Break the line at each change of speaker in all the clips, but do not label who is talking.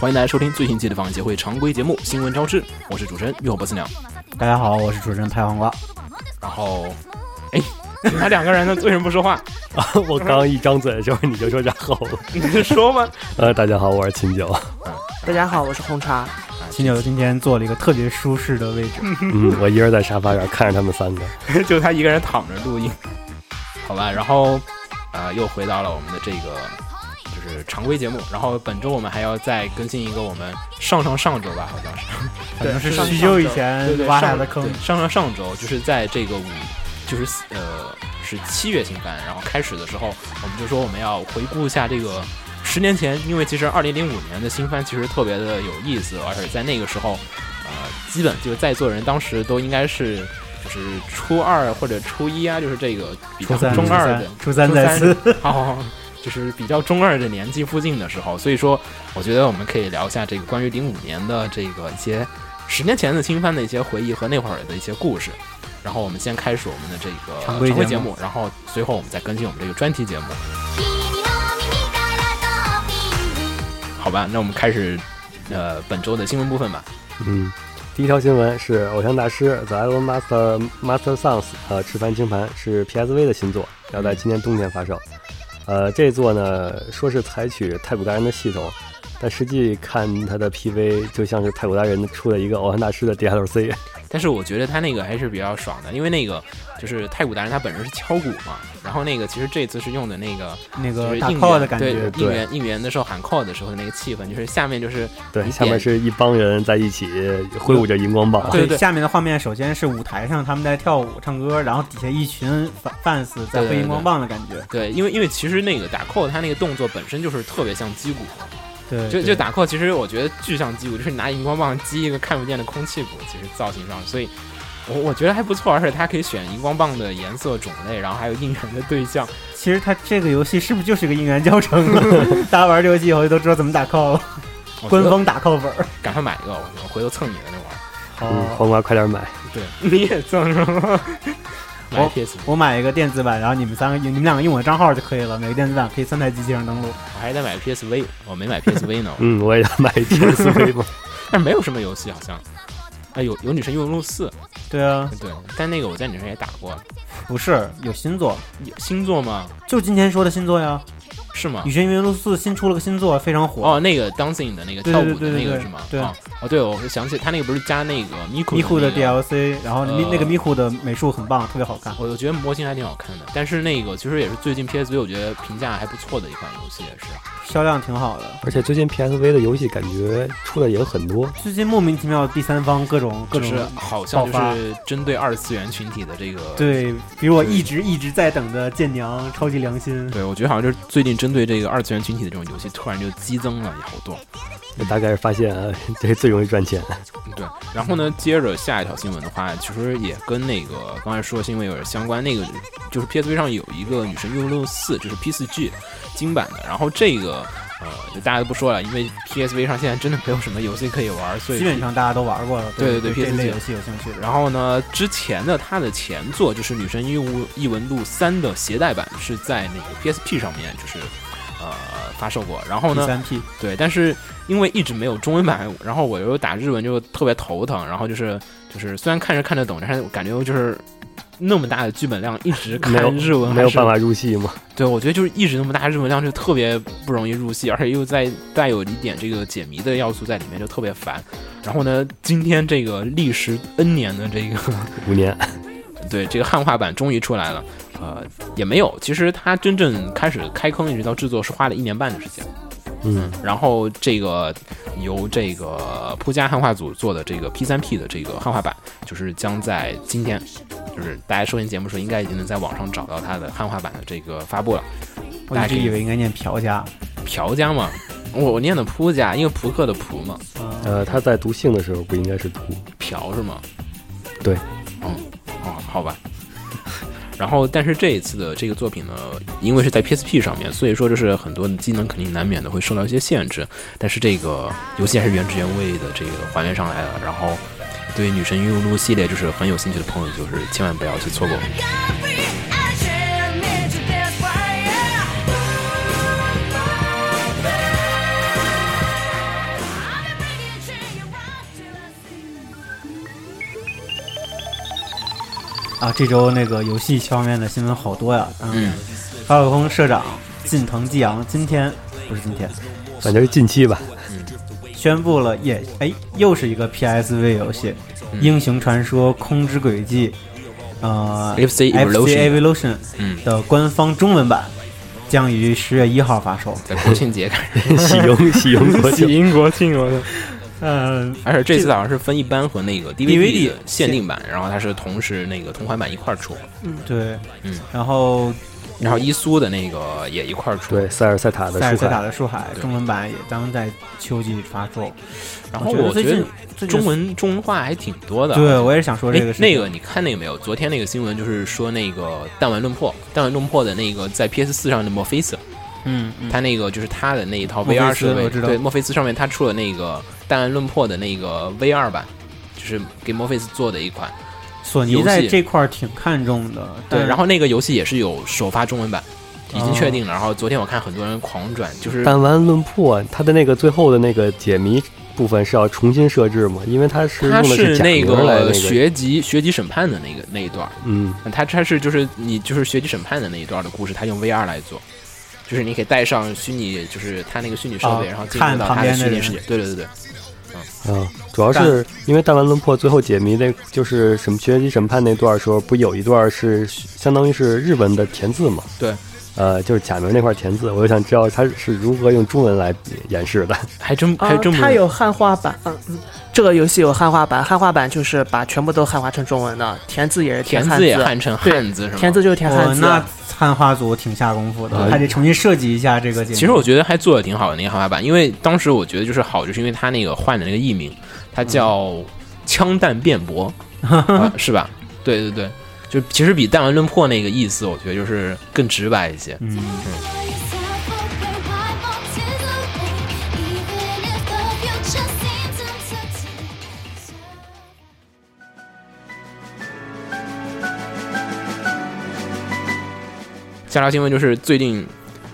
欢迎大家收听最新期的访协会常规节目《新闻超市》，我是主持人月火不死鸟。
大家好，我是主持人太黄瓜。
然后，哎，你们两个人呢？为什么不说话？
我刚一张嘴就是你就说然后了。
你 说吧。
呃，大家好，我是秦九。
大家好，我是红茶。
秦九今天坐了一个特别舒适的位置，
嗯，我一人在沙发上看着他们三个。
就他一个人躺着录音，好吧。然后，啊、又回到了我们的这个就是常规节目。然后本周我们还要再更新一个我们上上上周吧，好像是
可能是
上
许久以前
对对
挖
上
下的坑
对。上上上周就是在这个五，就是四呃是七月新番，然后开始的时候，我们就说我们要回顾一下这个十年前，因为其实二零零五年的新番其实特别的有意思，而且在那个时候，呃，基本就是在座人当时都应该是就是初二或者初一啊，就是这个比较
初三、
中二的
初三、初三再
初
撕，
好 好好，就是比较中二的年纪附近的时候，所以说我觉得我们可以聊一下这个关于零五年的这个一些十年前的新番的一些回忆和那会儿的一些故事。然后我们先开始我们的这个
常规节目
节目，然后随后我们再更新我们这个专题节目，好吧？那我们开始呃本周的新闻部分吧。
嗯，第一条新闻是《偶像大师》The Idol Master Master Sons 呃赤番清盘是 PSV 的新作，要在今年冬天发售。呃，这座呢说是采取太古达人的系统，但实际看它的 PV 就像是太古达人出了一个偶像大师的 DLC。
但是我觉得他那个还是比较爽的，因为那个就是太古达人他本身是敲鼓嘛，然后那个其实这次是用的那个
那
就
个
是
打
应
call
援
啊的感觉
对，
对
应援应援的时候喊 call 的时候的那个气氛，就是下面就是
对，
你
下面
点
是一帮人在一起挥舞着荧光棒。
对对
下面的画面首先是舞台上他们在跳舞唱歌，然后底下一群 fans
对
在
对
挥
对
荧光棒的感觉。
对，因为因为其实那个打 call 他那个动作本身就是特别像击鼓，
对，
就
对
就打 call 其实我觉得巨像击鼓，就是拿荧光棒击一个看不见的空气鼓，其实造型上，所以我我觉得还不错，而且它可以选荧光棒的颜色种类，然后还有应援的对象，
其实它这个游戏是不是就是一个应援教程啊？ 大家玩这游戏以后就都知道怎么打 call，了
我觉得
官方打 call 本 儿。哦
赶快买一个，我我回头蹭你的那玩意儿，
嗯，黄瓜快点买。
对，你 也蹭是吗？买
我
PS，
我买一个电子版，然后你们三个你们两个用我账号就可以了，每个电子版可以三台机器上登录。
我还得买 PSV，我没买 PSV 呢，
嗯，我也要买 PSV 嘛。
但是没有什么游戏好像，哎有有女神异闻录四，
对啊，
对，但那个我在女神也打过，
不是有新作，
有星座吗？
就今天说的新作呀，
是吗
《女？神异闻录四》新出了个新作，非常火。
哦，那个 dancing 的那个
对
跳
对
舞的
对对
那个
对
是吗？
对
啊哦，对，我就想起他那个不是加那个 Miku
迷糊的
那个
DLC，然后咪
呃
那个迷糊的美术很棒，特别好看。
我我觉得模型还挺好看的，但是那个其实也是最近 PSV 我觉得评价还不错的一款游戏，也是。啊
销量挺好的。
而且最近 PSV 的游戏感觉出的也很多，
最近莫名其妙第三方各种各
就
种
是好像就
爆发
是针对二次元群体的这个，
对，比如我一直一直在等的《剑娘》超级良心，
对，我觉得好像就是最近针对这个二次元群体的这种游戏，突然就激增了好多。
大概是发现啊，这最容易赚 钱。
嗯对，然后呢，接着下一条新闻的话，其实也跟那个刚才说的新闻有点相关。那个就是 PSV 上有一个《女神异闻录四》，这是 P 4 G 金版的。然后这个呃，就大家都不说了，因为 PSV 上现在真的没有什么游戏可以玩，所以
基本上大家都玩过了。
对对
对
对
这
PS4
类游戏有兴趣的。
然后呢，之前的它的前作就是《女神异闻异闻录三》的携带版是在那个 PSP 上面，就是呃发售过。然后
第
呢，
三 P
对，但是因为一直没有中文版，然后我又打日文就特别头疼，然后就是就是虽然看着看得懂，但是我感觉就是那么大的剧本量，一直看
没有
日文
没有
还是
办。法入戏嘛。
对，我觉得就是一直那么大的日文量就特别不容易入戏，而且又在带有一点这个解谜的要素在里面，就特别烦。然后呢，今天这个历时 N 年的这个
五年，
对，这个汉化版终于出来了。呃，也没有，其实它真正开始开坑一直到制作是花了一年半的时间。
嗯，
然后这个由这个扑家汉化组做的这个 P 3 P 的这个汉化版，就是将在今天，就是大家收听节目的时候，应该已经能在网上找到它的汉化版的这个发布了。
我
大
一
家可
直以为应该念朴家，
朴家嘛，我我念的扑家，因为扑克的扑嘛，嗯
呃，他在读姓的时候不应该是读，
朴是吗？
对，
嗯，哦，好吧。 然后，但是这一次的这个作品呢，因为是在 PSP 上面，所以说就是很多的机能肯定难免的会受到一些限制。但是这个游戏还是原汁原味的这个还原上来了。然后，对《女神异闻录》系列就是很有兴趣的朋友，就是千万不要去错过。
Hmm.
啊，这周那个游戏方面的新闻好多呀。嗯，发小空社长近藤纪阳今天不是今天
反正是近期吧。
宣布了也，哎，又是一个 PSV 游戏，
嗯
英雄传说：空之轨迹》呃
FC
FC
Evolution
Evolution
嗯
的官方中文版将于十月一号发售。
在国庆节开始，
喜迎喜迎国庆，
迎国庆，我操！
嗯、
而且这次好像是分一般和那个
DVD
的限定版，然后它是同时那个同款版一块儿出，
对，
嗯
然后
然后伊苏的那个也一块儿出。
对塞尔塞塔的
塞尔
舒
塞塔
卡，
的树海
对
中文版也将在秋季发售。
然后
我
哦我
觉得最
觉
近
得
最近
中文中文化还挺多的。
对，我也是想说
哎
这个事情
那个你看那个没有？昨天那个新闻就是说那个弹丸论破，弹丸论破的那个在 PS 四上的墨菲斯，
嗯嗯
他那个就是他的那一套
墨菲
VR
斯
设备，
我知道
对墨菲斯上面他出了那个弹丸论破的那个 VR 版，就是给墨菲斯做的一款。
索尼在这块儿挺看重的，
对，
但
然后那个游戏也是有首发中文版，已经
嗯哦
确定了。然后昨天我看很多人狂转，就是
弹丸论破，它的那个最后的那个解谜部分是要重新设置嘛？因为它是
他
用的假
那
名来那
个学籍学籍审判的那个那一段儿，
嗯，
他他是就是你就是学籍审判的那一段儿的故事，他用 VR 来做。就是你可以带上虚拟，就是他那个虚拟设备，
哦
然后进
看
入到
旁
他
边
的
的
虚拟
人
世界。对对对对，
啊，主要是因为《弹丸论破》最后解谜那，就是什么学习审判那段儿时候，不有一段儿是相当于是日文的填字嘛？
对，
呃，就是假名那块儿填字，我就想知道它是如何用中文来演 示的。
还真
啊
还真不
哦
它
是
有汉化版，嗯嗯，这个游戏有汉化版，汉化版就是把全部都汉化成中文的，填字也是
填
汉
字也
啊
字，
汉成哦
对
汉字是吗？
填字就是填汉
我
字。
啊
那汉化组挺下功夫的，
嗯
还得重新设计一下这个解
呃
谜。
其实我觉得还做的挺好的那个汉化版，因为当时我觉得就是好，就是因为他那个换的那个艺名，他叫
嗯
枪弹辩 驳、啊是吧？对对对，就其实比弹丸论破那个意思，我觉得就是更直白一些。
嗯。
下条新闻就是最近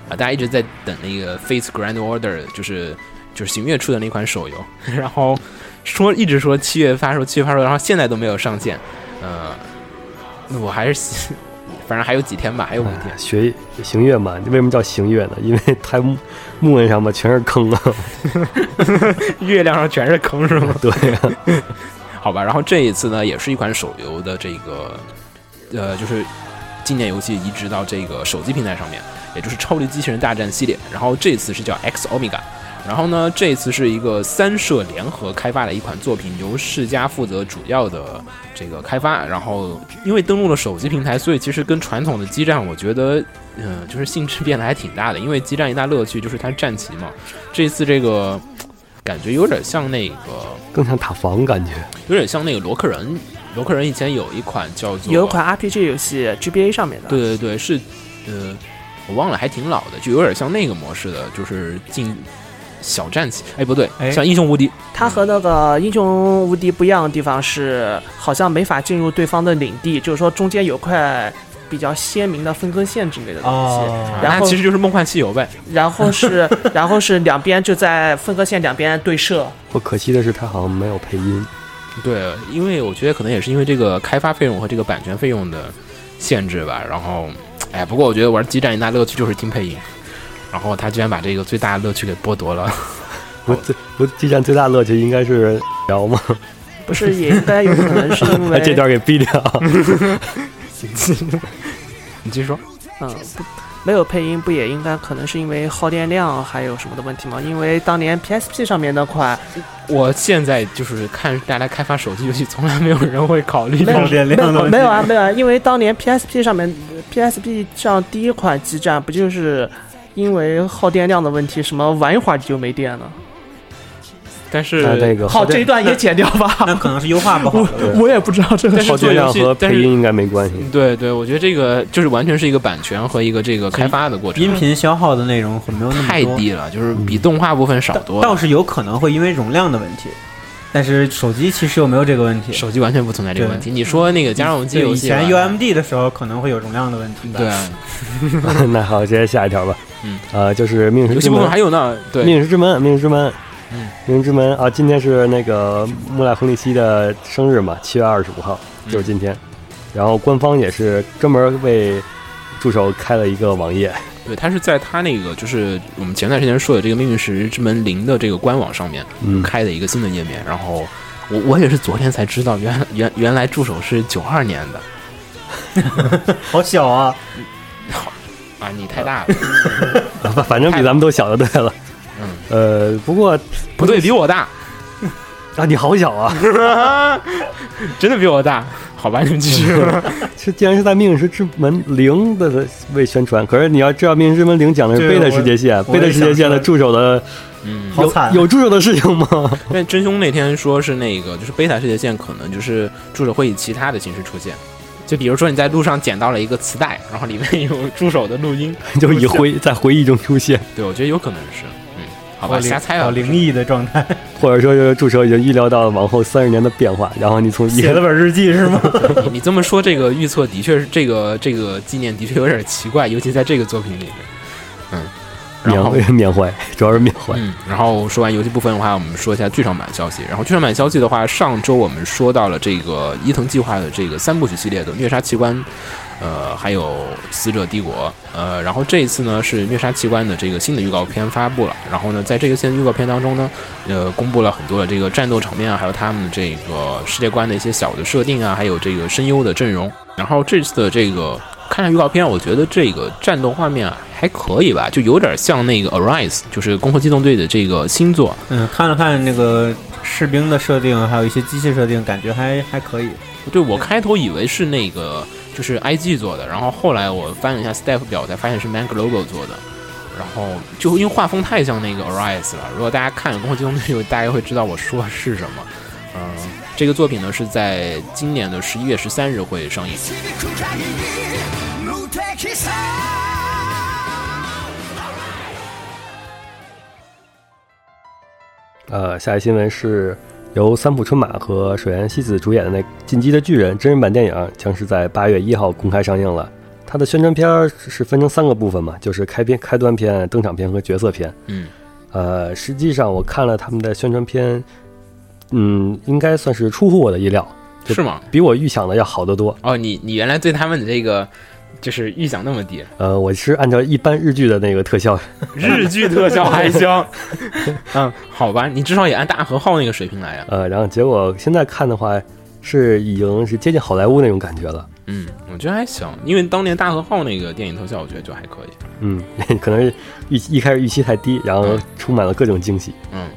啊，大家一直在等那个《Face Grand Order》，就是就是行月出的那款手游， 然后说一直说七月发售，七月发售，然后现在都没有上线，呃，我还是 希反正还有几天吧，还有五天
哎。学行月嘛，为什么叫行月呢？因为它木木纹上嘛全是坑 啊。
月亮上全是坑是吗？
对
呀，好吧。然后这一次呢，也是一款手游的这个，呃，就是纪念游戏移植到这个手机平台上面，也就是《超级机器人大战》系列。然后这次是叫 X Omega。然后呢，这次是一个三社联合开发的一款作品，由世嘉负责主要的这个开发。然后因为登陆了手机平台，所以其实跟传统的激战，我觉得，嗯、就是性质变得还挺大的。因为激战一大乐趣就是它战旗嘛，这次这个感觉有点像那个，
更像塔防感觉。
有点像那个罗克人。罗克人以前有一款叫做
有一款 RPG 游戏 GBA 上面的，
对对对，是，呃，我忘了，还挺老的，就有点像那个模式的，就是进小战旗，哎，不对，
哎
像英雄无敌，
它和那个英雄无敌不一样的地方是，好像没法进入对方的领地，就是说中间有块比较鲜明的分割线之类的东西。
哦，
然
那
后
其实就是梦幻西游呗。
然后 是，然后是两边就在分割线两边对射，
我可惜的是，它好像没有配音。
对，因为我觉得可能也是因为这个开发费用和这个版权费用的限制吧。然后，哎，不过我觉得玩激战一大乐趣就是听配音，然后他居然把这个最大的乐趣给剥夺了。哦
我最我激战最大乐趣应该是聊嘛，
不是也应该有可能是因 为
把这段给毙掉。
你继续说。
嗯，不没有配音不也应该可能是因为耗电量还有什么的问题吗？因为当年 PSP 上面那款
我现在就是看大家开发手机游戏，从来没有人会考虑到
耗电
没
量的
有
问题
没有啊没有啊，因为当年 PSP 上面 PSP 上第一款基站不就是因为耗电量的问题，什么玩一会儿就没电了？
但
哎那这
是，
个
好，这一段也剪掉
那
吧。
可能是优化不好
对
了。
我我也不知道这个
但
是
是
耗
做
电量
游戏
和，
但
配
是
音应该没关系。
对对，我觉得这个就是完全是一个版权和一个这个开发的过程，
音频消耗的内容没有那么
太
多，嗯
低了，就是比动画部分少多
倒
了。
是有可能会因为容量的问题，但是手机其实又没有这个问题。
手机完全不存在这个问题。你说那个家用机
对，
游
以
戏
前
吧
UMD 的时候可能会有容量的问题。
对啊，
那好，直接下一条吧。
嗯，
呃，就是命运
游
之
戏部
门
分还有呢，对，
命运之门，命运之门，
嗯
命运之门啊！
嗯
今天是那个穆赖红利希的生日嘛，七月二十五号，就是今天。然后官方也是专门为助手开了一个网页，
对，它是在它那个就是我们前段时间说的这个《命运石之门零》的这个官网上面
嗯
开的一个新的页面。然后我我也是昨天才知道原，原原来助手是九二年的
好小啊！
啊！你太大 了，
反反正比咱们都小就对了。
嗯，
呃，不过
不对，比我大，
啊，你好小 啊！
真的比我大。好吧，你们继 续。
这竟然是在《命运石之门零》的为宣传，可是你要知道，《命运之门零》讲的是
对
贝的
我
世界线，
我
贝的
也
世界
想
线的
说
助手的
嗯，
好惨啊
有有助手的事情吗？
因为真凶那天说是那个，就是贝塔世界线可能就是助手会以其他的形式出现，就比如说你在路上捡到了一个磁带，然后里面有助手的录音。
就是以回在回忆中出现，
对，我觉得有可能是，嗯，好
好
吧，
哦灵
瞎猜
好
啊。
灵异的状 态，
或者说就是助手已经预料到往后三十年的变化，然后你从
写了本日记是吗？
你你这么说，这个预测的确是这个这个纪念的确有点奇怪，尤其在这个作品里面。嗯，然后
缅缅怀， 主要是缅怀。
嗯，然后说完游戏部分的话，我们说一下剧场版消息。然后剧场版消息的话，上周我们说到了这个伊藤计划的这个三部曲系列的《虐杀奇观》，呃，还有《死者帝国》，呃，然后这一次呢是《虐杀奇观》的这个新的预告片发布了。然后呢，在这个新的预告片当中呢，呃，公布了很多的这个战斗场面啊，还有他们这个世界观的一些小的设定啊，还有这个声优的阵容。然后这次的这个看了预告片，我觉得这个战斗画面啊还可以吧，就有点像那个 Arise，就是《攻壳机动队》的这个新作。
嗯，看了看那个士兵的设定，还有一些机械设定，感觉还还可以。
对我开头以为是那个就是 IG 做的，然后后来我翻了一下 staff 表，才发现是 Man Global 做的。然后就因为画风太像那个 Arise 了，如果大家看《攻壳机动队》，就大概会知道我说的是什么。嗯、这个作品呢是在今年的十一月十三日会上映。
響く限り無敵さ
呃，下一新闻是由三浦春马和水原希子主演的那《进击的巨人》真人版电影将是在八月一号公开上映了。它的宣传片儿是分成三个部分嘛，就是开篇、开端篇、登场篇和角色篇。
嗯，
呃，实际上我看了他们的宣传片，嗯，应该算是出乎我的意料，
是吗？
比我预想的要好得多。
哦，你你原来对他们的这个就是预想那么低，
呃，我是按照一般日剧的那个特效，
日剧特效还 行。嗯，好吧，你至少也按大和号那个水平来呀、啊
呃，然后结果现在看的话，是已经是接近好莱坞那种感觉了。
嗯，我觉得还行，因为当年大和号那个电影特效，我觉得就还可以。
嗯， 可能是预一开始预期太低，然后
嗯
充满了各种惊喜。
嗯，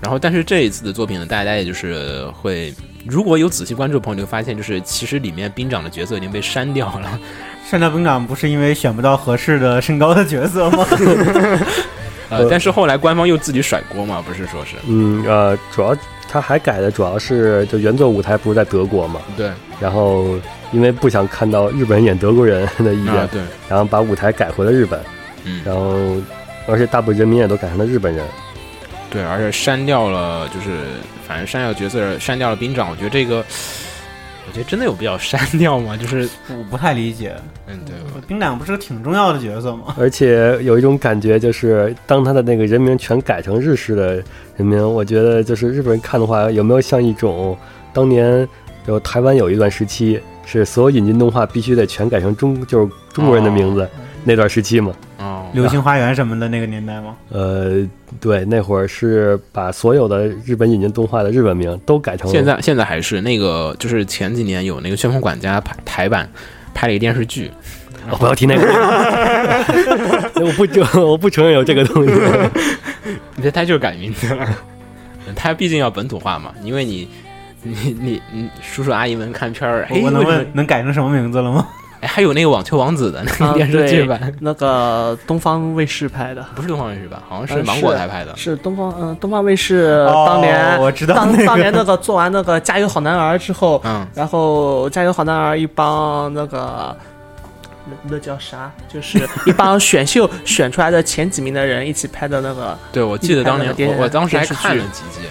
然后但是这一次的作品呢，大家也就是会，如果有仔细关注的朋友，就会发现就是其实里面兵长的角色已经被删掉 了。
山道兵长不是因为选不到合适的身高的角色吗？
呃，但是后来官方又自己甩锅嘛，不是说是
嗯，呃，主要他还改的主要是就原作舞台不是在德国嘛，
对
然后因为不想看到日本人演德国人的意见，
啊对，
然后把舞台改回了日本，
嗯
然后而且大部分人民也都改成了日本人。
对，而且删掉了就是反正删掉角色，删掉了兵长，我觉得这个。我觉得真的有必要删掉吗？就是，
我不太理解，
嗯，对，
兵长不是个挺重要的角色吗？
而且有一种感觉，就是当他的那个人名全改成日式的人名，我觉得就是日本人看的话，有没有像一种当年有台湾有一段时期是所有引进动画必须得全改成中就是中国人的名字、那段时期嘛？
哦，
流星花园什么的那个年代吗？
呃，对，那会儿是把所有的日本引进动画的日本名都
哦
改成
现在现在还是那个，就是前几年有那个《旋风管家》台台版拍了一个电视剧，
哦、不要提那 个，我不承我不承认有这个 东西。
那他就是改名字了。 他毕竟要本土化嘛，因为你你你你叔叔阿姨们看片儿，哎
我，我能
为什么
问能改成什么名字了 吗？
哎还有那个《网球王子》的那
啊
个电视剧
对
版，
那个东方卫视拍的，
不是东方卫视吧？好像
呃
是芒果台拍的。
是东方，嗯、东方卫视
哦
当年、
我知道
当
那个
当年那个做完那个《加油好男儿》之后，
嗯，
然后《加油好男儿》一帮那个。那那叫啥？就是一帮选秀 选出来的前几名的人一起拍的那个，
对，我记得当年
一拍那个
我我当时还看了
电
几集，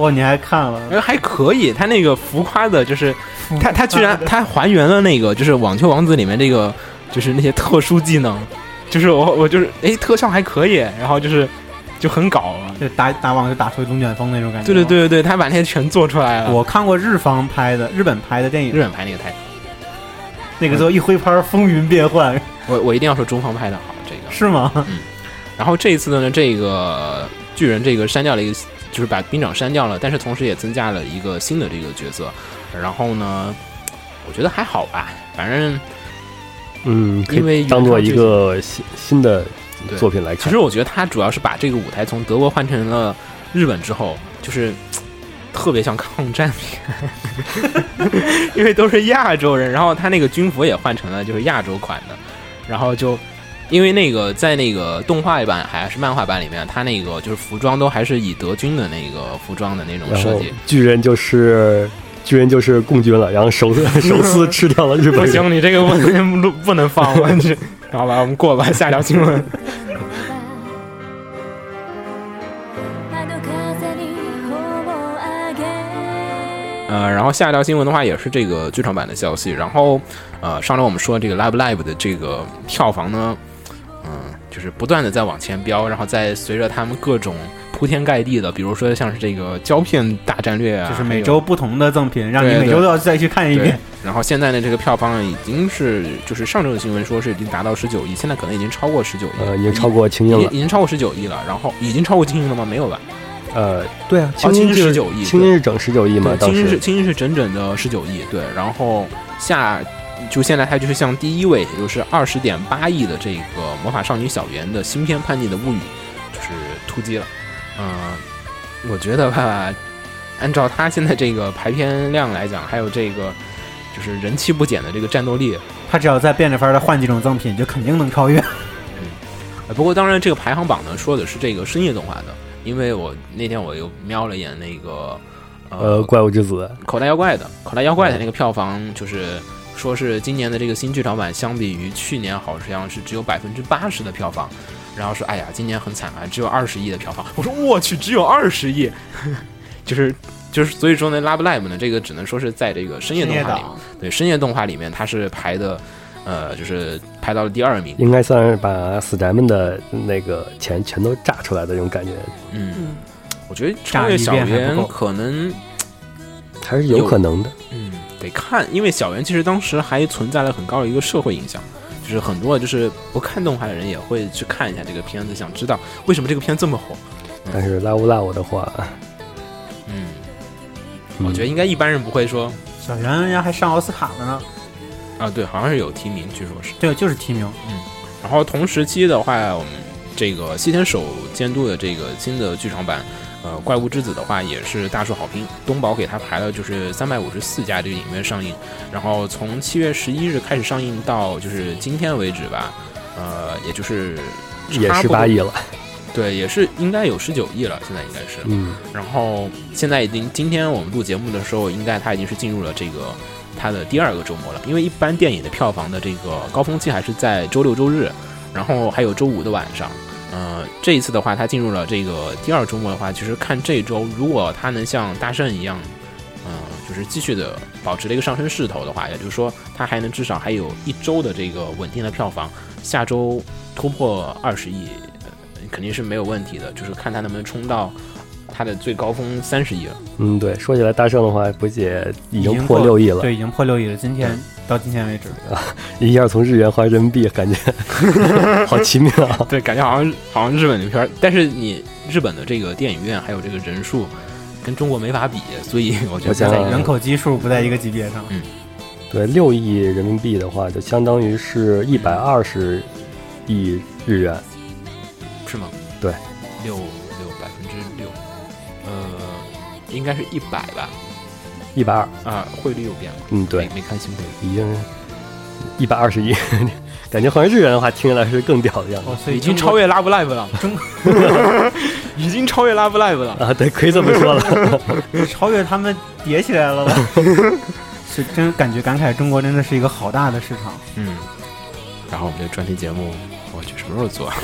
哇，哦你还看了？
哎，还可以。他那个浮夸的，就是他他居然他还原了那个就是《网球王子》里面这个就是那些特殊技能，就是我我就是哎特效还可以，然后就是就很搞啊。
就打打网就打出龙卷风那种感觉。
对
啊
对，对对对，他把那些全做出来了。
我看过日方拍的、日本拍的电影嗯
日，本拍那个台
那个时候一挥拍，风云变幻，
我我一定要说中方拍的好这个。
是吗？
然后这一次呢，这个巨人这个删掉了一个，就是把兵长删掉了，但是同时也增加了一个新的这个角色。然后呢，我觉得还好吧，反正
嗯，可
因为
以
原
当做
创
一
这
个新新的
对
作品来
其
看
实。我觉得他主要是把这个舞台从德国换成了日本之后，就是嘖特别像抗战片，因为都是亚洲人，然后他那个军服也换成了就是亚洲款的，然后就。因为那个在那个动画版还是漫画版里面，他那个就是服装都还是以德军的那个服装的那种
然
设
后
计。
巨人就是巨人就是共军了，然后首次 首次吃掉了日
不
本 人。
行，你这个不能录不能放，我去。好吧，我们过吧，下条新闻。
あの風に頬をあげ
呃，然后下一条新闻的话也是这个剧场版的消息。然后，呃，上周我们说这个《Live Live》的这个票房呢，嗯、就是不断的在往前飙，然后在随着他们各种铺天盖地的，比如说像是这个胶片大战略啊，
就是
还
每
有
周不同的赠品，让你
对
每
对
周都要再去看一
对
遍。，
然后现在的这个票房已经是，就是上周的新闻说是已经达到十九亿，现在可能已经超过十九亿了，
呃，已经超过青音
已
了
已。经超过十九亿了，然后已经超过金鹰了吗？没有吧？
呃，对啊，
哦
青
青
音
音
就是
19亿
青音是整十九亿嘛
对，，
当
青音是
时
青音是整整的十九亿，对，然后下就现在它就是像第一位，也就是二十点八亿的这个《魔法少女小圆》的新片《叛逆的物语》就是突击了，嗯、我觉得吧，按照它现在这个排片量来讲，还有这个就是人气不减的这个战斗力，
他只要再变着法儿的换几种赠品，就肯定能超越。
呃不过当然这个排行榜呢说的是这个深夜动画的，因为我那天我又瞄了一眼那个
呃，怪物之子
口袋妖怪的，口袋妖怪的那个票房就是说是今年的这个新剧场版，相比于去年好像是只有百分之八十的票房，然后说哎呀，今年很惨啊，只有二十亿的票房。我说 我去，只有二十亿，就是就是所以说呢，Love Live 呢这个只能说是在这个深夜动画里面，对深夜动画里面它是排的，呃，就是排到了第二名，
应该算是把死宅们的那个钱全都炸出来的那种感觉，
嗯
嗯，
我觉得超越小
炸一遍还
圆
不够
可能
还是
有
有可能的。
嗯，得看，因为小圆其实当时还存在了很高的一个社会影响，就是很多就是不看动画的人也会去看一下这个片子，想知道为什么这个片这么火。
但是拉乌拉我的话，
嗯，
嗯
我觉得应该一般人不会说
小圆人家还上奥斯卡了呢，
啊，对，好像是有提名，据说是。
对，就是提名。
然后同时期的话，我们这个西田守监督的这个新的剧场版，呃，《怪物之子》的话也是大受好评。东宝给他排了就是三百五十四家这个影院上映，然后从七月十一日开始上映到就是今天为止吧，呃，也就是
也
差
十
不多
八亿了，
对，也是应该有十九亿了，现在应该是。
嗯，
然后现在已经，今天我们录节目的时候，应该它已经是进入了这个它的第二个周末了。因为一般电影的票房的这个高峰期还是在周六、周日，然后还有周五的晚上。呃，这一次的话，它进入了这个第二周末的话，其实看这周，如果它能像大圣一样，嗯、就是继续的保持这个上升势头的话，也就是说，它还能至少还有一周的这个稳定的票房，下周突破二十亿、呃肯定是没有问题的，就是看它能不能冲到它的最高峰三十亿了。
嗯，对，说起来大圣的话，不也已
已
经
经
破
过
六亿了？
对，已经破六亿了。今天到今天为止，
一下从日元换人民币，感觉 好奇妙。
对，感觉好像好像日本的片儿，但是你日本的这个电影院还有这个人数跟中国没法比，所以我觉得
我想
在
嗯
人口基数不在一个级别上。
对，六亿人民币的话，就相当于是一百二十亿日元，
是吗？
对，
六六百分之六，呃，应该是一百吧？
一百二，
啊，汇率又变了，
嗯，对，
没没看清汇率。
已经一百二十亿， 感觉换成日元的话，听起来是更屌的样子
哦，所以
已经
中国
超越 Love Live 了，
中
已经超越 Love Live 了。
啊。对，可以这么说了。
超越他们叠起来了吧？ 是真感觉感慨，中国真的是一个好大的市场。
嗯，然后我们这专题节目，我去什么时候做啊？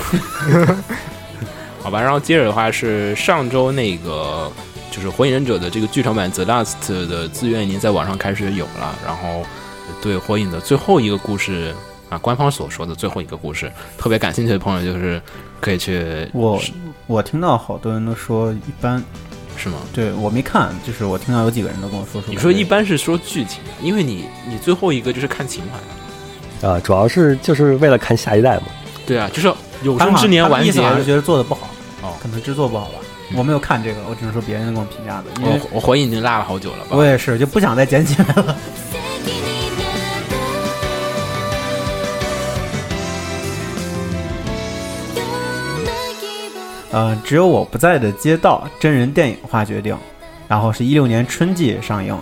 好吧，然后接着的话是上周那个就是《火影忍者》的这个剧场版《The Last》的资源已经在网上开始有了，然后对《火影》的最后一个故事啊，官方所说的最后一个故事，啊特别感兴趣的朋友就是可以去
我
是
我听到好多人都说一般，
是吗？
对我没看，就是我听到有几个人都跟我说说，
你说一般是说剧情，因为你你最后一个就是看情怀，
啊，主要是就是为了看下一代嘛。
对啊，就是有
他们
生
好
之年
他们
完
意
结
思，好像是觉得做的不好，
哦
可能制作不好吧。
嗯哦
我没有看这个，我只能说别人给我评价的，因为
我我回忆已经落了好久了吧
我？也是就不想再捡起来了。呃，只有我不在的街道真人电影化决定，然后是一六年春季上映，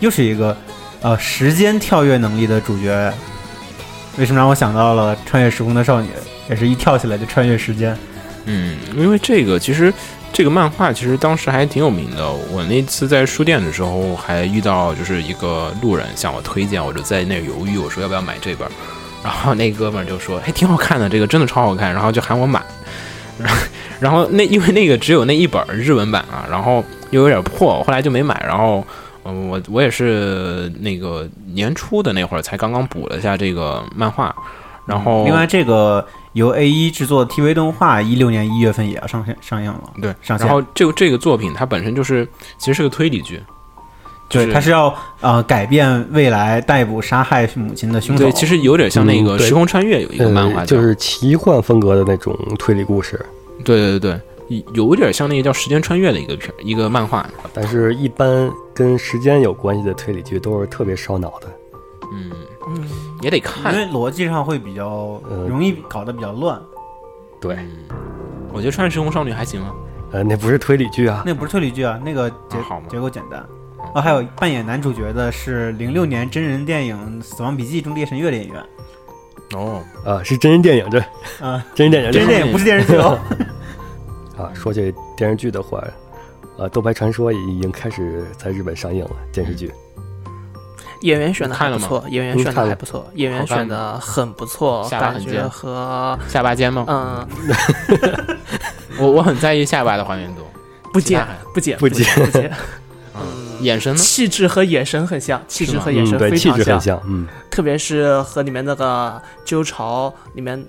又是一个呃时间跳跃能力的主角。为什么让我想到了穿越时空的少女？也是一跳起来就穿越时间。
嗯，因为这个其实这个漫画其实当时还挺有名的。我那次在书店的时候还遇到就是一个路人向我推荐，我就在那犹豫，我说要不要买这本儿。然后那哥们儿就说：“还哎挺好看的，这个真的超好看。”然后就喊我买。然后那因为那个只有那一本儿日文版啊，然后又有点破，我后来就没买。然后嗯、呃我我也是那个年初的那会儿才刚刚补了一下这个漫画。然后
嗯另外，这个由 A 一制作的 TV 动画，一六年一月份也要上线上映了。
对，
上线
然后这个这个作品它本身就是其实是个推理剧，就
对，他是要呃改变未来逮捕杀害母亲的凶手。
对，其实有点像那个
嗯
《
对
时空穿越》有一个漫画
呃，
叫，
就是奇幻风格的那种推理故事，
对对对对，有点像那个叫《时间穿越》的一个片一个漫画，
但是一般跟时间有关系的推理剧都是特别烧脑的。
嗯，
嗯，
也得
因
看。
为逻辑上会比较
呃
容易搞得比较乱。
对，
我觉得《穿越时空少女》还行啊，
呃，那不是推理剧啊，
那不是推理剧啊，那个结、
啊好吗
结构简单。哦，还有扮演男主角的是零六年真人电影《死亡笔记》中猎神月的演员。
哦，
啊，是真人电影这，
啊，
真人电影
真人
这
电影不是电视剧哦。
啊。说起电视剧的话，呃，《斗白传说》已经开始在日本上映了电视剧。
演员选的还
看了
不
吗
错，演员
嗯
选
看
的
了
还不错，演员
好看
选的很不错，
下巴
感
很
觉
尖
和
下巴尖吗？
嗯
我我很在意下巴的还原度，
不
其他
见
还
不见
不
见
见
不 见，
眼神呢？
气质和眼神很像，气质
是吗
和眼神
对，
非
气
常
质很
像，
像，嗯，
特别是和里面那个鸠巢里面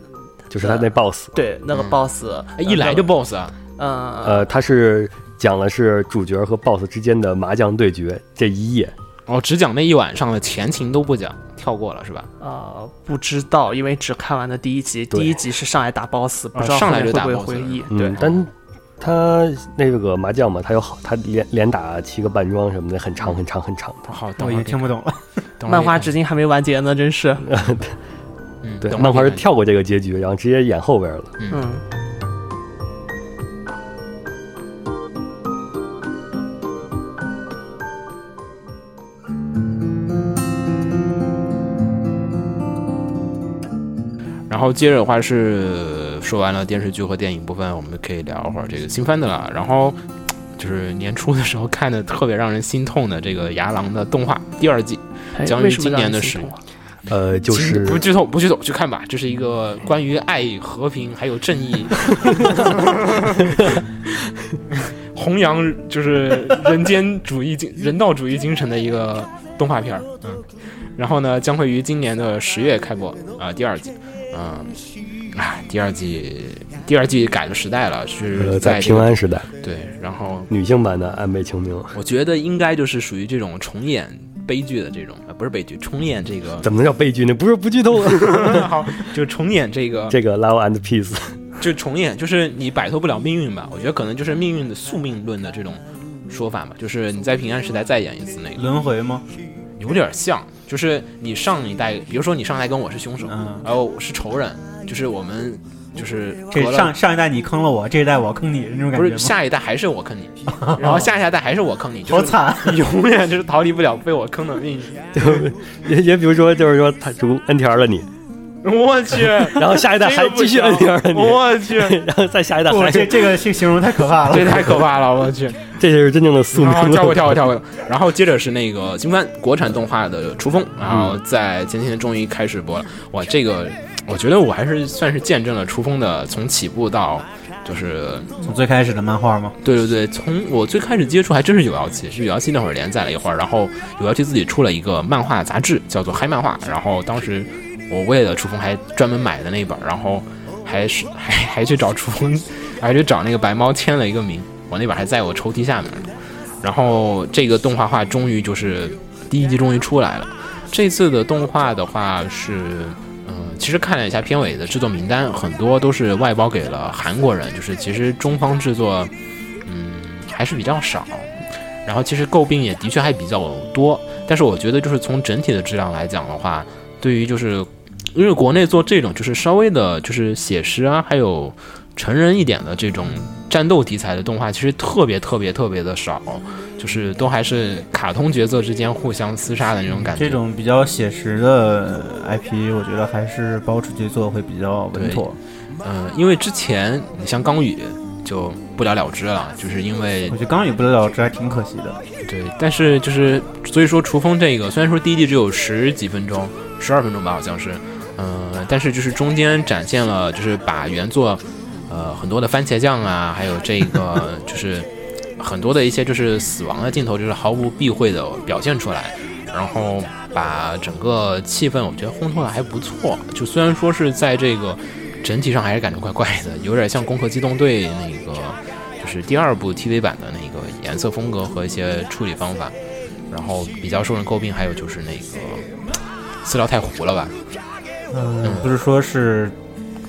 就是他那 BOSS，
对那个
嗯
boss
哎一来就 BOSS 啊，
嗯
呃，他是讲的是主角和 BOSS 之间的麻将对决这一夜，
哦，只讲那一晚上的前情都不讲，跳过了是吧？
呃不知道，因为只看完了第一集，
对
第一集是上来打 boss，不知道
啊上来
后面
就打
会不
boss
会回忆，
嗯
对，
但他那个麻将嘛，他有好，他连连打七个半庄什么的，很长很长很长的。
好，
我
等
已
会
经
儿
听不懂了。
等会儿
漫画
可以
至今还没完结呢，真是，
嗯等
对，
会儿
漫画是
可以看
跳过这个结局，然后直接演后边了。
嗯。
然后接着的话是呃说完了电视剧和电影部分，我们可以聊会儿这个新番的了。然后就是年初的时候看的特别让人心痛的这个《牙狼》的动画第二季，
哎
将于
为什么
今
让
年
人
的
心
十
痛啊
呃，就
请
是
不剧透不剧透，去看吧。这是一个关于爱、和平还有正义，弘扬就是人间主义精人道主义精神的一个动画片儿。嗯，然后呢，将会于今年的十月开播啊、第二季。嗯，啊，第二季第二季改了时代了，是
呃，在
这
平
个
安时代，
对，然后
女性版的安倍晴明，
我觉得应该就是属于这种重演悲剧的这种，呃、不是悲剧，重演这个
怎么能叫悲剧呢？不是不剧透 了。
好，就重演这个
这个 Love and Peace，
就重演，就是你摆脱不了命运吧？我觉得可能就是命运的宿命论的这种说法吧，就是你在平安时代再演一次那个，
轮回吗？
有点像，就是你上一代，比如说你上一代跟我是凶手，
嗯
然后我是仇人，就是我们就是隔
这
了
上上一代你坑了我，这一代我坑你，是那种感
不
觉
是
吗？
下一代还是我 坑你，然后下下代还是我坑你，
好
就是
惨！啊
永远就是逃离不了被我坑的命运。
也也比如说，就是说他主 NTR 了你，
我去，
然后下一代还
这个不
继续
行
NTR 了你，
我去，
然后再下一代
我
还
这
是，
这个这形容太可怕了
这。太可怕了，我去。
这就是真正的宿命
然后
论。
跳过跳过跳过，然后接着是那个新番国产动画的《雏风》，然后在前几天终于开始播了。哇，这个我觉得我还是算是见证了《雏风》的从起步到，就是
从最开始的漫画吗？
对对对，从我最开始接触还真是有妖气，是有妖气那会儿连载了一会儿，然后有妖气自己出了一个漫画杂志，叫做《嗨漫画》，然后当时我为了楚风还专门买的那一本，然后还是还还去找楚风，还去找那个白猫签了一个名，我那本还在我抽屉下面呢。然后这个动画化终于就是第一季终于出来了，这次的动画的话是，嗯、其实看了一下片尾的制作名单，很多都是外包给了韩国人，就是其实中方制作，嗯，还是比较少。然后其实诟病也的确还比较多，但是我觉得就是从整体的质量来讲的话，对于就是因为国内做这种就是稍微的就是写实啊，还有成人一点的这种战斗题材的动画，其实特别特别特别的少，就是都还是卡通角色之间互相厮杀的那种感觉。
这种比较写实的 IP，我觉得还是包出去做会比较稳妥。
嗯，因为之前你像钢羽就不了了之了，就是因为
我觉得刚也不得了之，还挺可惜的。
对，但是就是所以说，厨风这个虽然说第一季只有十几分钟，十二分钟吧，好像是，嗯、但是就是中间展现了就是把原作，呃，很多的番茄酱啊，还有这个就是很多的一些就是死亡的镜头，就是毫无避讳的表现出来，然后把整个气氛我觉得烘托的还不错，就虽然说是在这个整体上还是感觉怪怪的，有点像《攻壳机动队》那个。就是第二部 TV 版的那个颜色风格和一些处理方法，然后比较受人诟病，还有就是那个饲料太糊了吧？
嗯，不是说是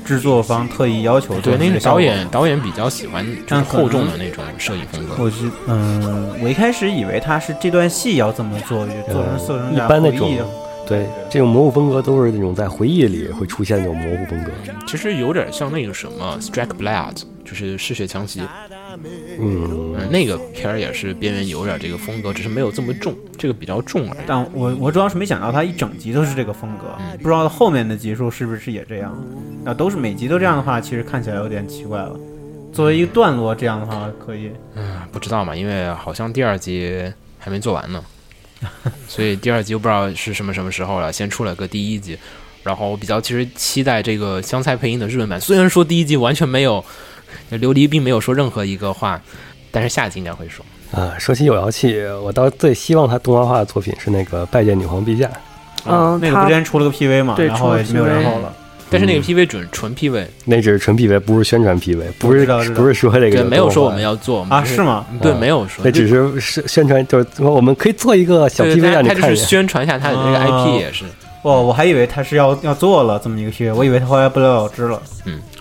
制作方特意要求
对，
做
那
这
个
效
导
果
演导演比较喜欢就是
但可能
厚重的那种摄影风格。
我是嗯，我一开始以为他是这段戏要这么做，就做成做成
一
点
般那
回
种
忆
对，这种模糊风格都是那种在回忆里会出现这种模糊风格。
其实有点像那个什么《Strike Blood》，就是《嗜血强袭》，
嗯，
嗯，那个片儿也是边缘有点这个风格，只是没有这么重，这个比较重而已。
但我我主要是没想到他一整集都是这个风格，
嗯
不知道后面的集数是不是也这样。那都是每集都这样的话，其实看起来有点奇怪了。作为一个段落这样的话可以，
嗯不知道嘛，因为好像第二集还没做完呢， 所以第二集又不知道是什么什么时候了。先出了个第一集，然后我比较其实期待这个香菜配音的日文版。虽然说第一集完全没有，琉璃并没有说任何一个话，但是下集应该会说。
啊，说起有妖气，我倒最希望他动画化的作品是那个《拜见女皇陛下》。
嗯，
啊那个
他
不之前出了个 PV 嘛，
对
然后也
出
没
了
有
PV
然后了。
但是
嗯
那个 PV 准纯 PV，
那只是纯 PV，不是宣传 PV，不
我
是
知道知道
不是说这个
对，没有说我们
要，
要做我们
啊
只
是吗？
嗯对，
啊
没有说
那。只是是宣传，就是说我们可以做一个小
对
PV 让你
他他
看
就
一
是
下。
宣传一下他的这个
哦
IP 也是，
哇、我还以为他是要要做了这么一个 PV，我以为他后来不了了之了。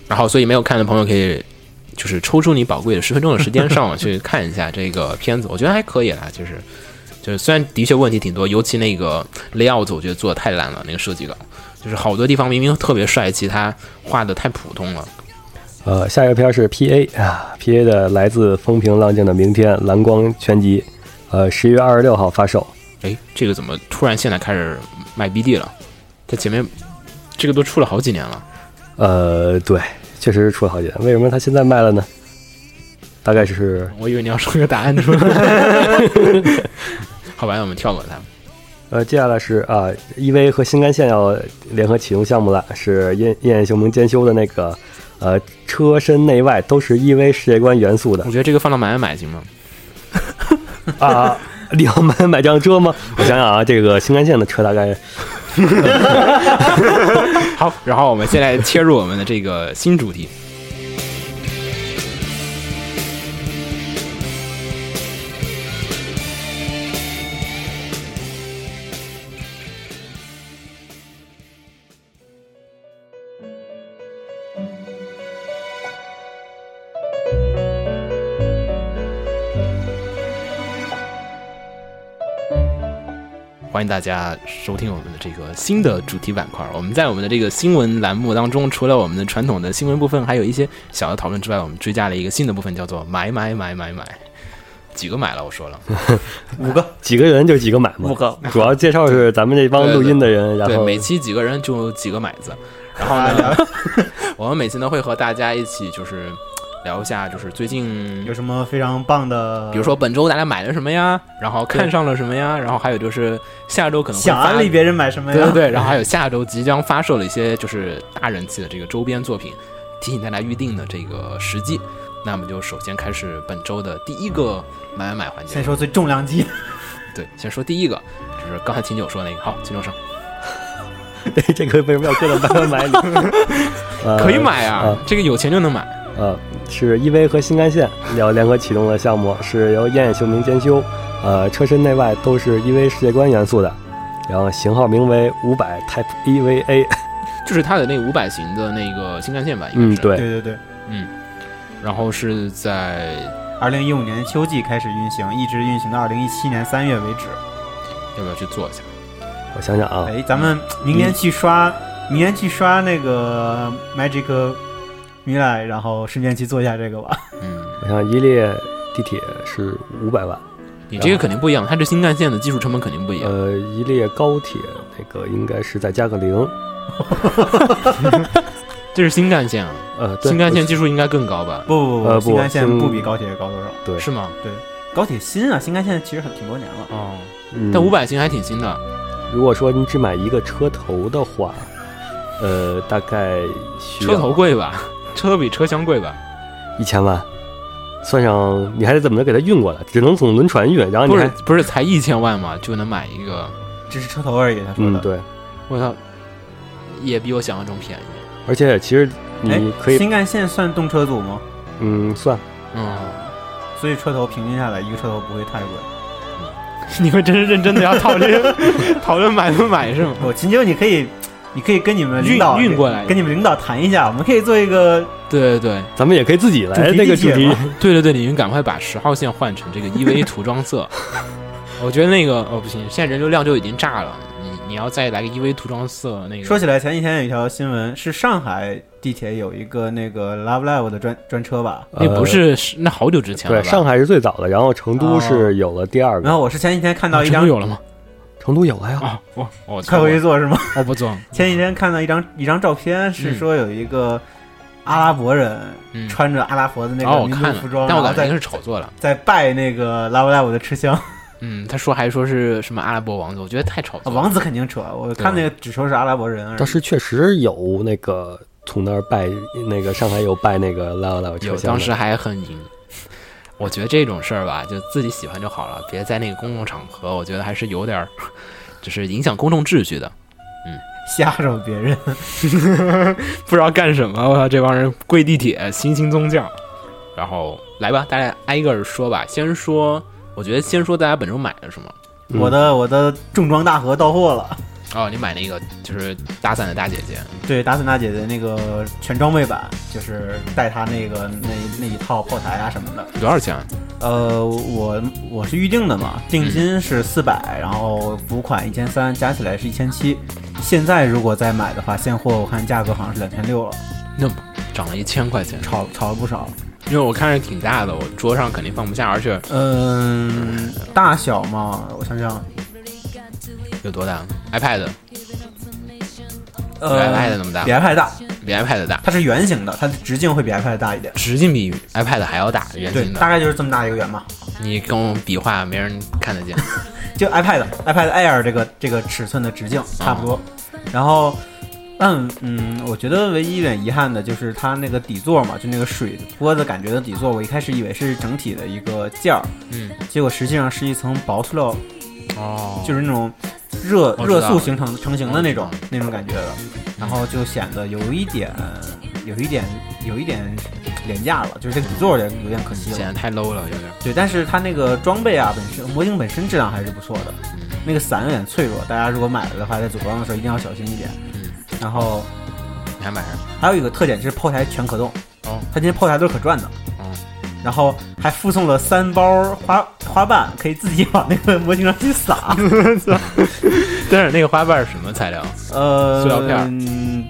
然后所以没有看的朋友可以，就是抽出你宝贵的十分钟的时间上网去看一下这个片子，我觉得还可以啦，就是就是虽然的确问题挺多，尤其那个 layout 我觉得做的太烂了，那个设计稿就是好多地方明明特别帅气，它画的太普通了。
呃，下一个片儿是 PA 啊，PA 的来自风平浪静的明天蓝光全集，呃，十一月二十六号发售。
哎，这个怎么突然现在开始卖 BD 了？它前面这个都出了好几年了，
呃，对，确实是出了好几年。为什么它现在卖了呢？大概是
我以为你要说个答案出来。好吧，那我们跳过它。
呃，接下来是啊，EVA 和新干线要联合启用项目了，是燕燕雄盟兼修的那个呃车身内外都是 E EVA 世界观元素的
我觉得这个放到买买买行吗？
啊。你要买买辆车吗？我想想啊，这个新干线的车大概
好，然后我们现在切入我们的这个新主题。欢迎大家收听我们的这个新的主题板块。我们在我们的这个新闻栏目当中，除了我们的传统的新闻部分，还有一些小的讨论之外，我们追加了一个新的部分，叫做“买买买买买”。几个买了？我说了，
五 个，
几个人就几个买嘛。
五个
主要介绍是咱们这帮录音的人，然
对，
后
每期几个人就几个买子。然后呢， 我们每次呢会和大家一起就是聊一下，就是最近
有什么非常棒的？
比如说本周大家买了什么呀，然后看上了什么呀，然后还有就是下周可能会
想
发
安利别人买什么呀？
对对对，然后还有下周即将发售的一些就是大人气的这个周边作品，提醒大家预定的这个时机。那我们就首先开始本周的第一个买买买环节
先。说最重量级，
对，先说第一个，就是刚才秦九说那个。好，秦九上
这个为什么要搁到买买 买里？呃
可以买啊
啊，
这个有钱就能买。
呃，是 EV 和新干线要联合启动的项目，是由燕秀明监修，呃，车身内外都是 EV 世界观元素的。然后型号名为五百 Type E EVA。
就是它的那个五百型的那个新干线吧，应该，
嗯
是。。
对，
对对对，
然后是在
二零一五年秋季开始运行，一直运行到二零一七年三月为止。
要不要去做一下？
我想想啊，
哎，咱们明年去刷，明年去刷那个 Magic Mila，然后顺便去做一下这个吧。
嗯，
我想一列地铁是五百万，
你这个肯定不一样，它这新干线的技术成本肯定不一样。
呃，一列高铁那个应该是再加个零，
这是新干线啊，
呃，对
新干线技术应该更高吧？
不不不，
呃不
新干线
新
不比高铁高多少。
对
是吗？
高铁新啊，新干线其实很挺多年了。
哦，
嗯
但五百型还挺新的，
如果说你只买一个车头的话，呃，大概需要
车头贵
啊
吧？车头比车厢贵吧？
一千万，算上你还得怎么着给它运过来，只能从轮船运，
啊
然后你
不是
还
不是才一千万嘛，就能买一个？
这是车头而已，他说
嗯
的。
对，
我操，也比我想象中便宜。
而且其实
哎
你可以
新干线算动车组吗？
嗯算
哦
嗯，
所以车头平均下来，一个车头不会太贵。
你们真是认真的要讨 论讨论买不买是吗？
我秦九，你可以，你可以跟你们 领
运
导
运过来
跟你们领导谈一下，我们可以做一个
对对对
咱们也可以自己来
主题
那个主
地铁
题
嘛，
对对对，你们赶快把十号线换成这个 EV 涂装色。 我觉得那个哦不行，现在人流量就已经炸了，你你要再来个 EV 涂装色那个，
说起来，前几天有一条新闻是上海地铁有一个那个 Love Live 的专专车吧，
那不
呃
是是那好久之前了
对，
吧？啊
上海是最早的，然后成都
哦
是有了第二个，嗯
然后我是前几天看到
啊
一
成都
张，
有了 吗？
成都有了呀，
啊，我我
快回去做是吗？
我不做，
前几天看到一张一张照片，是说有一个阿拉伯人
嗯，
穿着阿拉伯的那
然后哦
个
我
民
看
族
了
服装，，
但我
然
感
后
觉应该
在
是炒作了。
在拜那个 Love Live 的吃香，
嗯，他说还说是什么阿拉伯王子，我觉得太炒
啊
作了。
王子肯定扯，我看那个只说是阿拉伯人而已，
当时确实有那个从那儿拜那个上海有拜那个拉拉车
有，
厢
当
的
时还很淫。我觉得这种事儿吧，就自己喜欢就好了，别在那个公共场合，我觉得还是有点儿，就是影响公众秩序的。
吓着别人。
不知道干什么，我操，这帮人跪地铁，新兴宗教。然后来吧，大家挨个儿说吧。先说，我觉得先说大家本周买了什么。
嗯
我的我的重装大盒到货了，
哦，你买那个就是打伞的大姐姐，
对达斯娜姐的那个全装备版，就是带她那个那那一套炮台啊什么的。
多少钱？
呃，我我是预定的嘛，定
嗯
金是四百，然后补款一千三，加起来是一千七。现在如果再买的话，现货我看价格好像是两千六了，
那么涨了一千块钱，
炒炒了不少。
因为我看着挺大的，我桌上肯定放不下，而且
嗯，大小嘛，我想想，
有多大？iPad 比
呃
iPad，那么大
比，iPad 大，
比 iPad 大，
它是圆形的，它的直径会比 iPad 大一点。
直径比 iPad 还要大，圆
对
形，
大
的。
概就是这么大一个圆嘛。
你跟我比划，没人看得见。
就 iPad iPad Air 这个这个尺寸的直径差不多。然后，嗯嗯，我觉得唯一有点遗憾的就是它那个底座嘛，就那个水波的感觉的底座，我一开始以为是整体的一个件儿，
嗯，
结果实际上是一层薄塑料，
哦
就是那种热
我知道
热塑形成成型的那种
嗯
那种感觉的，然后就显得有一点有一点有一点廉价了，就是这个底座有点有点可惜
显
了。
得太 low 了，有点。
对，但是它那个装备啊，本身魔镜本身质量还是不错的。
嗯
那个伞有点脆弱，大家如果买了的话，在组装的时候一定要小心一点。
嗯，
然后
你还买什么？
还有一个特点就是炮台全可动，
哦，
它这些炮台都是可转的，
嗯，
然后还附送了三包花花瓣，可以自己往那个模型上 去撒，
但是那个花瓣是什么材料？
呃，
塑料片儿
嗯，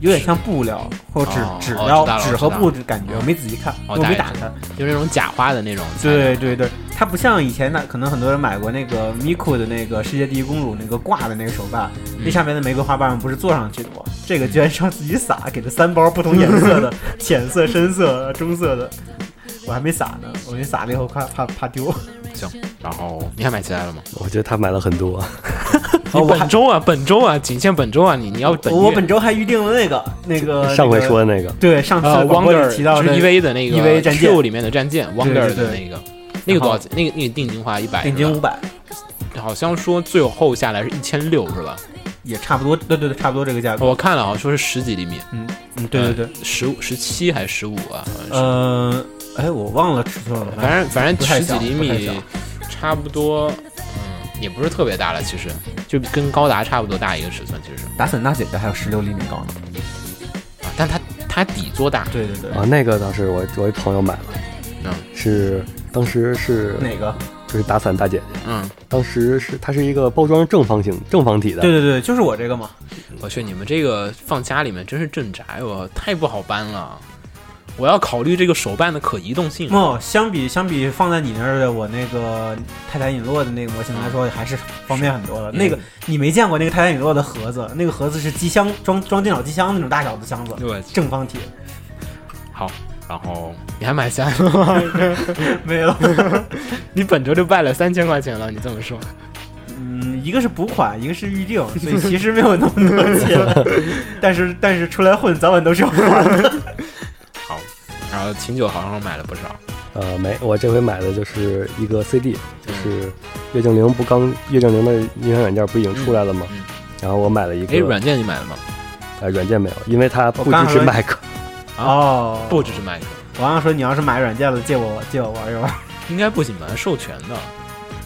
有点像布料或者纸、
哦
纸
哦
料
知道、了
纸和布的感
我知
觉，
道了
我没仔细看，
哦
我没
大
打
概知
开
道。就是那种假花的那种材料。
对对对，它不像以前那可能很多人买过那个 Miku 的那个世界第一公主那个挂的那个手办，
嗯
那上面的玫瑰花瓣不是做上去的吗？这个居然是让自己撒，给了三包不同颜 色的，浅色、深色、棕色的。我还没撒呢，我就撒了以后怕怕怕丢。
行，然后你还买其他的吗？
我觉得他买了很多，
哦
你
我还
本周啊，本周啊，仅限本周啊，你你要本
我
月
本周还预定了那个那个
上回
呃那个
说的那个
对上次
呃
广播里提到
，Wonder 就是
的
EV 的那个
EV 战舰
Q 里面的战舰 Wonder
对对
的那个，那个多少钱？那个那个定金花一百，
定金五百，
好像说最后下来是一千六是吧？
也差不多，对对对，差不多这个价格。
我看了，好像啊说是十几厘米，呃
嗯嗯，对对对，
十五十七还是十五啊？好像是
呃，哎，我忘了尺寸了，
反正反
呃不
正
太
十几
小
厘
不太
米
小，
差不多，嗯，也不是特别大了，其实就跟高达差不多大一个尺寸，其实
打伞大姐姐还有十六厘米高呢。
啊，但它它底座大，
对对对
啊，那个当时我我一朋友买了，
嗯
是当时是
哪个？
就是打伞大姐姐，
嗯，
当时是它是一个包装正方形正方体的，
对对对，就是我这个嘛。
我去，你们这个放家里面真是镇宅，我太不好搬了。我要考虑这个手办的可移动性。
哦，相比相比放在你那儿的我那个泰坦陨落的那个模型来说，还是方便很多了。
嗯
那个你没见过那个泰坦陨落的盒子，那个盒子是机箱装装电脑机箱那种大小的箱子，
对，
正方体，
好，然后你还买下了，
没 了。
你本周就败了三千块钱了。你这么说，
嗯，一个是补款，一个是预定，所以其实没有那么多 钱，但是但是出来混早晚都是要 还的。
然后秦九好像买了不少，
呃，没，我这回买的就是一个 CD，就是
嗯
月精灵不刚月精灵的音响软件不已经出来了吗？
嗯嗯
然后我买了一
哎，
个
软件你买了吗？
呃软件没有，因为它不
刚
支持
刚
麦克，
哦，
不，只是麦克，
我刚说你要是买软件了，借我借我玩一玩，
应该不行吧？授权的，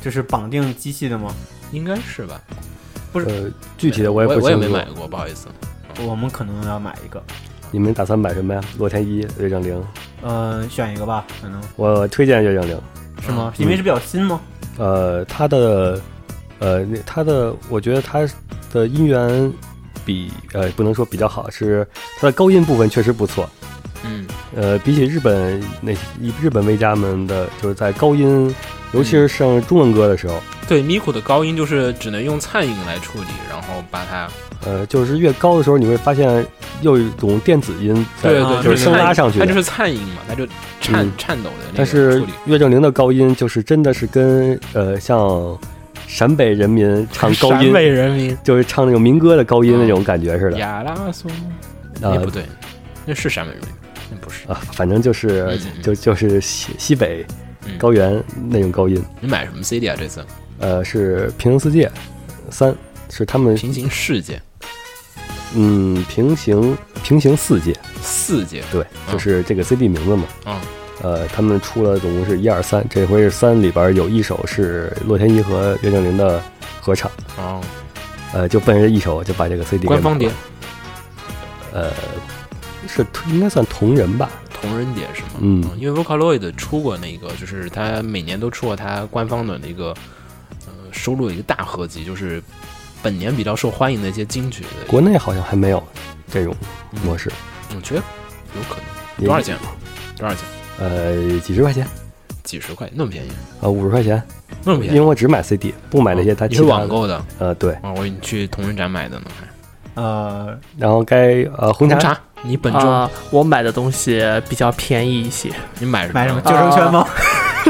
就是绑定机器的吗？
应该是吧？
呃，具体的我也
我
不
我也
清
没
楚。
买过，不好意思。
我们可能要买一个，
你们打算买什么呀？洛天依、月精灵，
呃，选一个吧，可能
我推荐月精灵。
是吗？
嗯
因为是比较新吗？
呃，它的呃那它的，我觉得它的音源比呃不能说比较好，是它的高音部分确实不错。
嗯，
呃，比起日本那以日本为家们的，就是在高音，尤其是上中文歌的时候，
对，Miku 的高音就是只能用颤音来处理，然后把它
呃，就是越高的时候，你会发现又有一种电子音在，
对
啊
对，
就是
是
生
颤
拉
音
上去
它就
的。
是颤音嘛，它就颤
嗯
颤抖的那
但
个
是
处理。
岳正灵的高音就是真的是跟呃像陕北人民唱高音
陕，北人民
就是唱那种民歌的高音那种感觉似的。
亚拉索，
啊
哎，不对，那是陕北人民，那不是。
啊，反正就是
嗯嗯嗯
就就是西西北
嗯
高原那种高音。
你买什么 CD 啊？这次
呃，是平行世界三，是他们
平行世界
嗯平行平行四界。
四界，
对，
嗯
就是这个 CD 名字嘛。
嗯。
呃，他们出了总共是一二三，这回是三里边有一首是洛天依和岳正林的合唱，
哦，
呃，就奔着一首就把这个 CD 给
官方碟
买了，呃，是应该算同人吧？
同人碟是吗？
嗯
因为 Vocaloid 出过那个，就是他每年都出过他官方的那个，呃，收录一个大合集，就是本年比较受欢迎的一些金曲的。
国内好像还没有这种模式，
我觉得有可能。嗯
也
多少钱？啊多少钱？
呃，几十块钱，
几十块，那么便宜？
呃，五十块钱，
那么
因
便宜
为？我只买 CD，不买那些它
哦你
其
是
他
网
的。
购的？
呃，对，
哦，我以为你去同人展买的呢。还
呃，
然后该呃
红
红茶，
茶，你本周
啊，我买的东西比较便宜一些。
你买什
买什么
啊
么？啊
救生圈吗？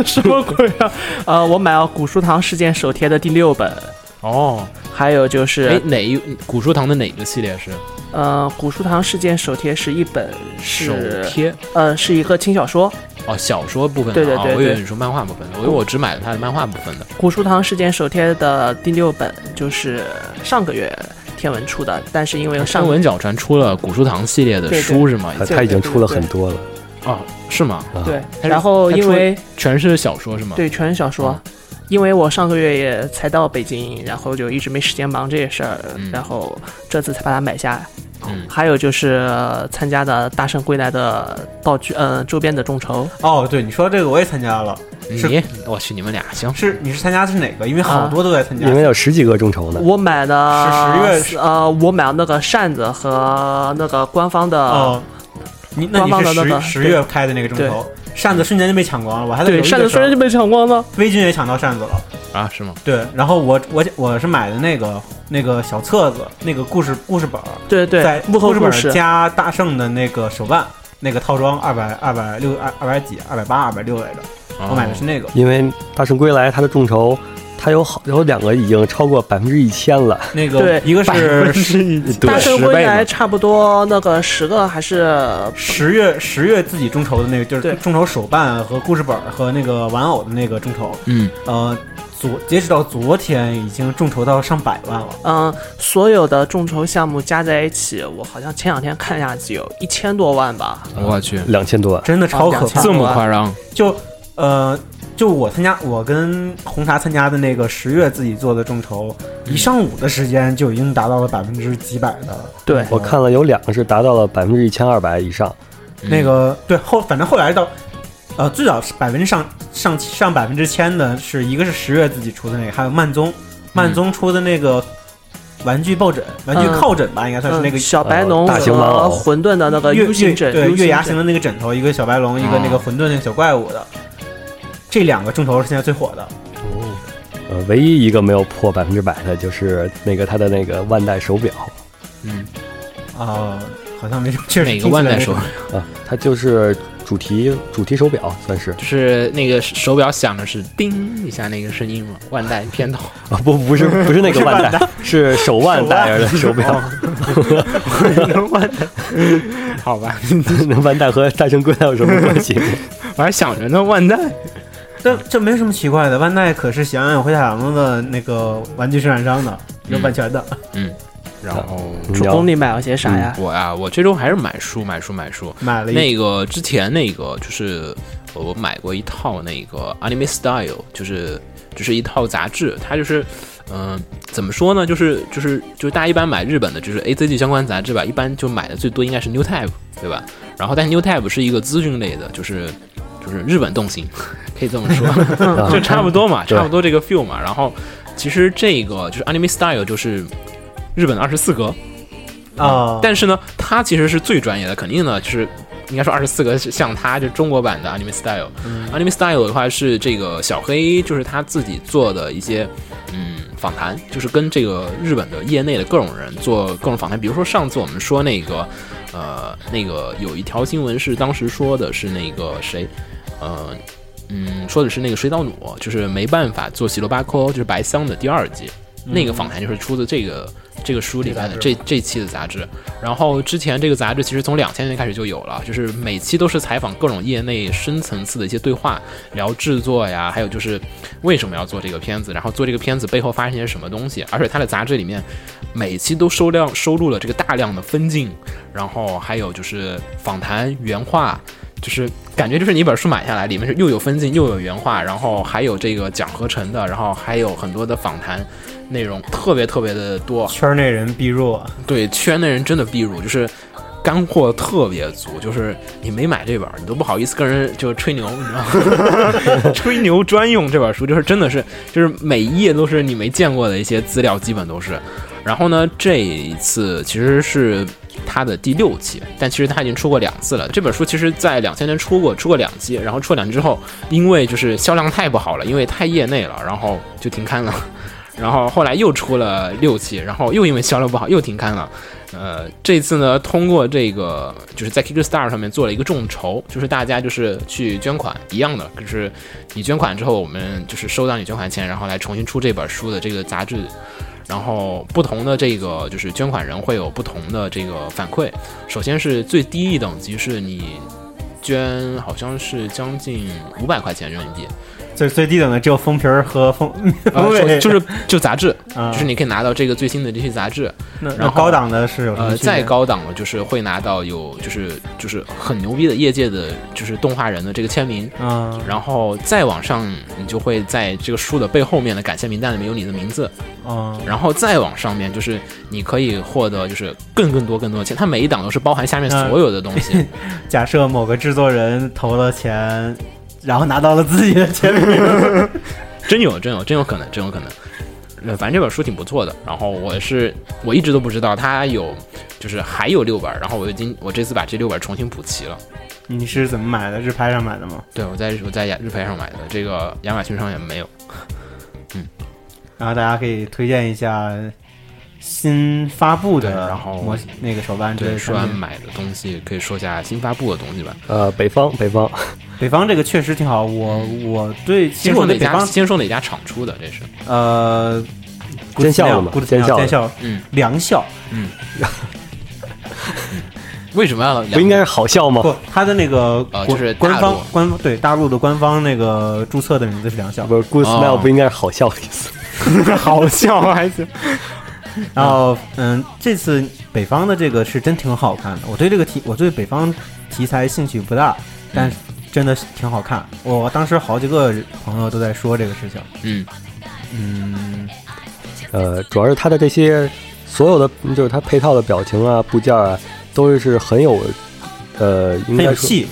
什么鬼啊？呃，我买了《古书堂事件手帖》的第六本，
哦，
还有就
哎
是，
哪一古书堂的哪个系列是
呃，《古书堂事件手帖》是一本
手
是
贴？
呃是一个轻小说，《
哦，小说部分的，
对对对
哦我以为
对
你说漫画部分的，我以为我只买了他的漫画部分的。
古书堂事件手帖》的第六本就是上个月天文出的，但是因为上
上文角传出了古书堂系列的
对对
书是吗？
它
已经
呃它已经出了很多了。
哦，是吗？
啊
对，
它
然后
它
因
出啊了
为
全是小说是吗？，
对全是小说。因为我上个月也才到北京，然后就一直没时间忙这些事儿，
嗯
然后这次才把它买下来。
嗯，
还有就是呃参加的《大圣归来》的道具，嗯、周边的众筹，
哦，对，你说这个我也参加了，是
你我去你们俩行，
是你是参加的是哪个？因为
啊
好多都在参加。
里面有十几个众筹呢。
我买的
是十月
呃，我买了那个扇子和那个官方的，
哦，你那你
官
是
方的那
十十
个对
月开的那个众筹，扇子瞬间就被抢光了。我还在
对，
犹豫
扇
的
子
时
虽
候
然，就被抢光了，
微君也抢到扇子了。
啊，是吗？
对，然后我我我是买的那个那个小册子，那个故事故事本儿，
对
在
对，幕后
故事本
故
儿
事，
加大圣的那个手办。那个套装二百二百六二二百几二百八二百六来着，
哦
我买的是那个。
因为《大圣归来》它的众筹，它有好有两个已经超过百分之一千了。
那个
对
一个是
对
大圣
十
归
倍
来
嘛
差不多那个十个还是
十月十月自己众筹的那个，就是
对
众筹手办和故事本儿和那个玩偶的那个众筹，
嗯，
呃，昨截止到昨天已经众筹到上百万了。
嗯、所有的众筹项目加在一起，我好像前两天看下去有一千多万吧，
我去，
啊两千多万，
真的超可
啊
怕
2000！
这么夸张？
就呃，就我参加，我跟红茶参加的那个十月自己做的众筹，
嗯
一上午的时间就已经达到了百分之几百的。
对
我看了有两个是达到了百分之一千二百以上，
嗯
那个对后，反正后来到，呃，最早是百分之上上上百分之千的是一个是十月自己出的那个，还有曼
嗯
宗，曼宗出的那个玩具抱枕、玩具靠枕吧，应该算是那个
嗯小白龙
呃大型玩
和
偶
混沌的那个
月
U 型枕，哦
对
U
月牙
型
形的那个枕头，一个小白龙，一个那个混沌那个小怪物的。这两个众筹是现在最火的，
呃，唯一一个没有破百分之百的就是那个他的那个万代手表
嗯，
啊、好像没什么，确实
哪个万代
听起
手
来没什么
啊，它就是主题主题手表算是
就是那个手表响的是叮一下那个声音嘛，万代片头。
啊，不不是不是那个万代，是手腕戴着的手表，
好吧，
那万代和大圣归来有什么关系？
我还想着呢，万代。
这这没什么奇怪的，万代可是喜羊羊灰太狼的那个玩具生产商的，有版权的。
嗯
然后
你
主
要
攻里买了些啥呀？
我啊，我这周还是买书，买书，买书。
买了一
那个之前那个就是呃我买过一套那个 Anime Style，就是就是一套杂志，它就是嗯、呃怎么说呢，就是就是就是大家一般买日本的就是 A Z G 相关杂志吧，一般就买的最多应该是 New Type，对吧？然后但是 New Type 是一个资讯类的，就是就是日本动心， 可以这么说。
啊
就差不多嘛，
对
差不多这个 feel 嘛。然后其实这个就是 Anime Style，就是日本的二十四格，
啊，
但是呢，它其实是最专业的，肯定呢就是。应该说二十四格是像它就中国版的 Anime Style，Anime、Style 的话是这个小黑就是他自己做的一些嗯访谈，就是跟这个日本的业内的各种人做各种访谈。比如说上次我们说那个呃那个有一条新闻是当时说的是那个谁呃嗯，说的是那个水岛努，就是没办法做《喜罗巴科》，就是白桑的第二季，那个访谈就是出自这个这个书里面的这这期的杂志。然后之前这个杂志其实从两千年开始就有了，就是每期都是采访各种业内深层次的一些对话，聊制作呀，还有就是为什么要做这个片子，然后做这个片子背后发生些什么东西。而且它的杂志里面每期都收量收录了这个大量的分镜，然后还有就是访谈原话。就是感觉就是你一本书买下来，里面是又有分镜又有原画，然后还有这个讲合成的，然后还有很多的访谈内容，特别特别的多。
圈内人必入啊。
对，圈内人真的必入，就是干货特别足，就是你没买这本儿，你都不好意思跟人就吹牛，你知道吗？ 吹牛专用这本书，就是真的是，就是每一页都是你没见过的一些资料，基本都是。然后呢，这一次其实是它的第六期，但其实它已经出过两次了。这本书其实在两千年出过，出过两期，然后出了两期之后，因为就是销量太不好了，因为太业内了，然后就停刊了。然后后来又出了六期，然后又因为销量不好又停刊了。呃，这次呢，通过这个就是在 Kickstarter 上面做了一个众筹，就是大家就是去捐款一样的，就是你捐款之后，我们就是收到你捐款钱，然后来重新出这本书的这个杂志。然后不同的这个就是捐款人会有不同的这个反馈。首先是最低一等级是你捐好像是将近五百块钱人民币，
最最低等的只有封皮儿和 封，
呃
对
就就是就杂志，
啊
就是你可以拿到这个最新的这些杂志。
那
然
那
后
高档的是有什么
呃，
区别
再高档的就是会拿到有就是就是很牛逼的业界的就是动画人的这个签名，
啊
然后再往上你就会在这个书的背后面的感谢名单里面有你的名字，
啊
然后再往上面就是你可以获得就是更更多更多的钱，它每一档都是包含下面
嗯
所有的东西，
假设某个制作人投了钱，然后拿到了自己的签名，
真有真有真有可能真有可能。呃反正这本书挺不错的，然后我是我一直都不知道它有，就是还有六本儿，然后我已经我这次把这六本儿重新补齐了。
你是怎么买的？日拍上买的吗？
对，我在我在亚日配上买的，这个亚马逊上也没有。
然后大家可以推荐一下新发布的
对
模，
然后
模那个手办之类
对，
的
说完
产品
买的东西，可以说一下新发布的东西吧。
呃，北方北方，
北方这个确实挺好，我
嗯
我对其
先
实
说
我
哪
对北
家？
方
先说哪家厂出的？这是
呃，
尖笑了嘛
古
尖笑了
尖笑，
嗯，
良笑
为什么要嗯
不应该是好笑吗？
哦
不，他的那个
呃
国
就是大
官方
陆
官方对大陆的官方那个注册的名字是良笑，
不是 good
哦
smile 不应该是好笑的意思。
好笑还行。然后，嗯，这次北方的这个是真挺好看的。我对这个题，我对北方题材兴趣不大，但是真的是挺好看。我当时好几个朋友都在说这个事情。
嗯，
嗯，
呃，主要是它的这些所有的，就是它配套的表情啊、部件啊，都是很有，呃，
很
应该
有
说
戏，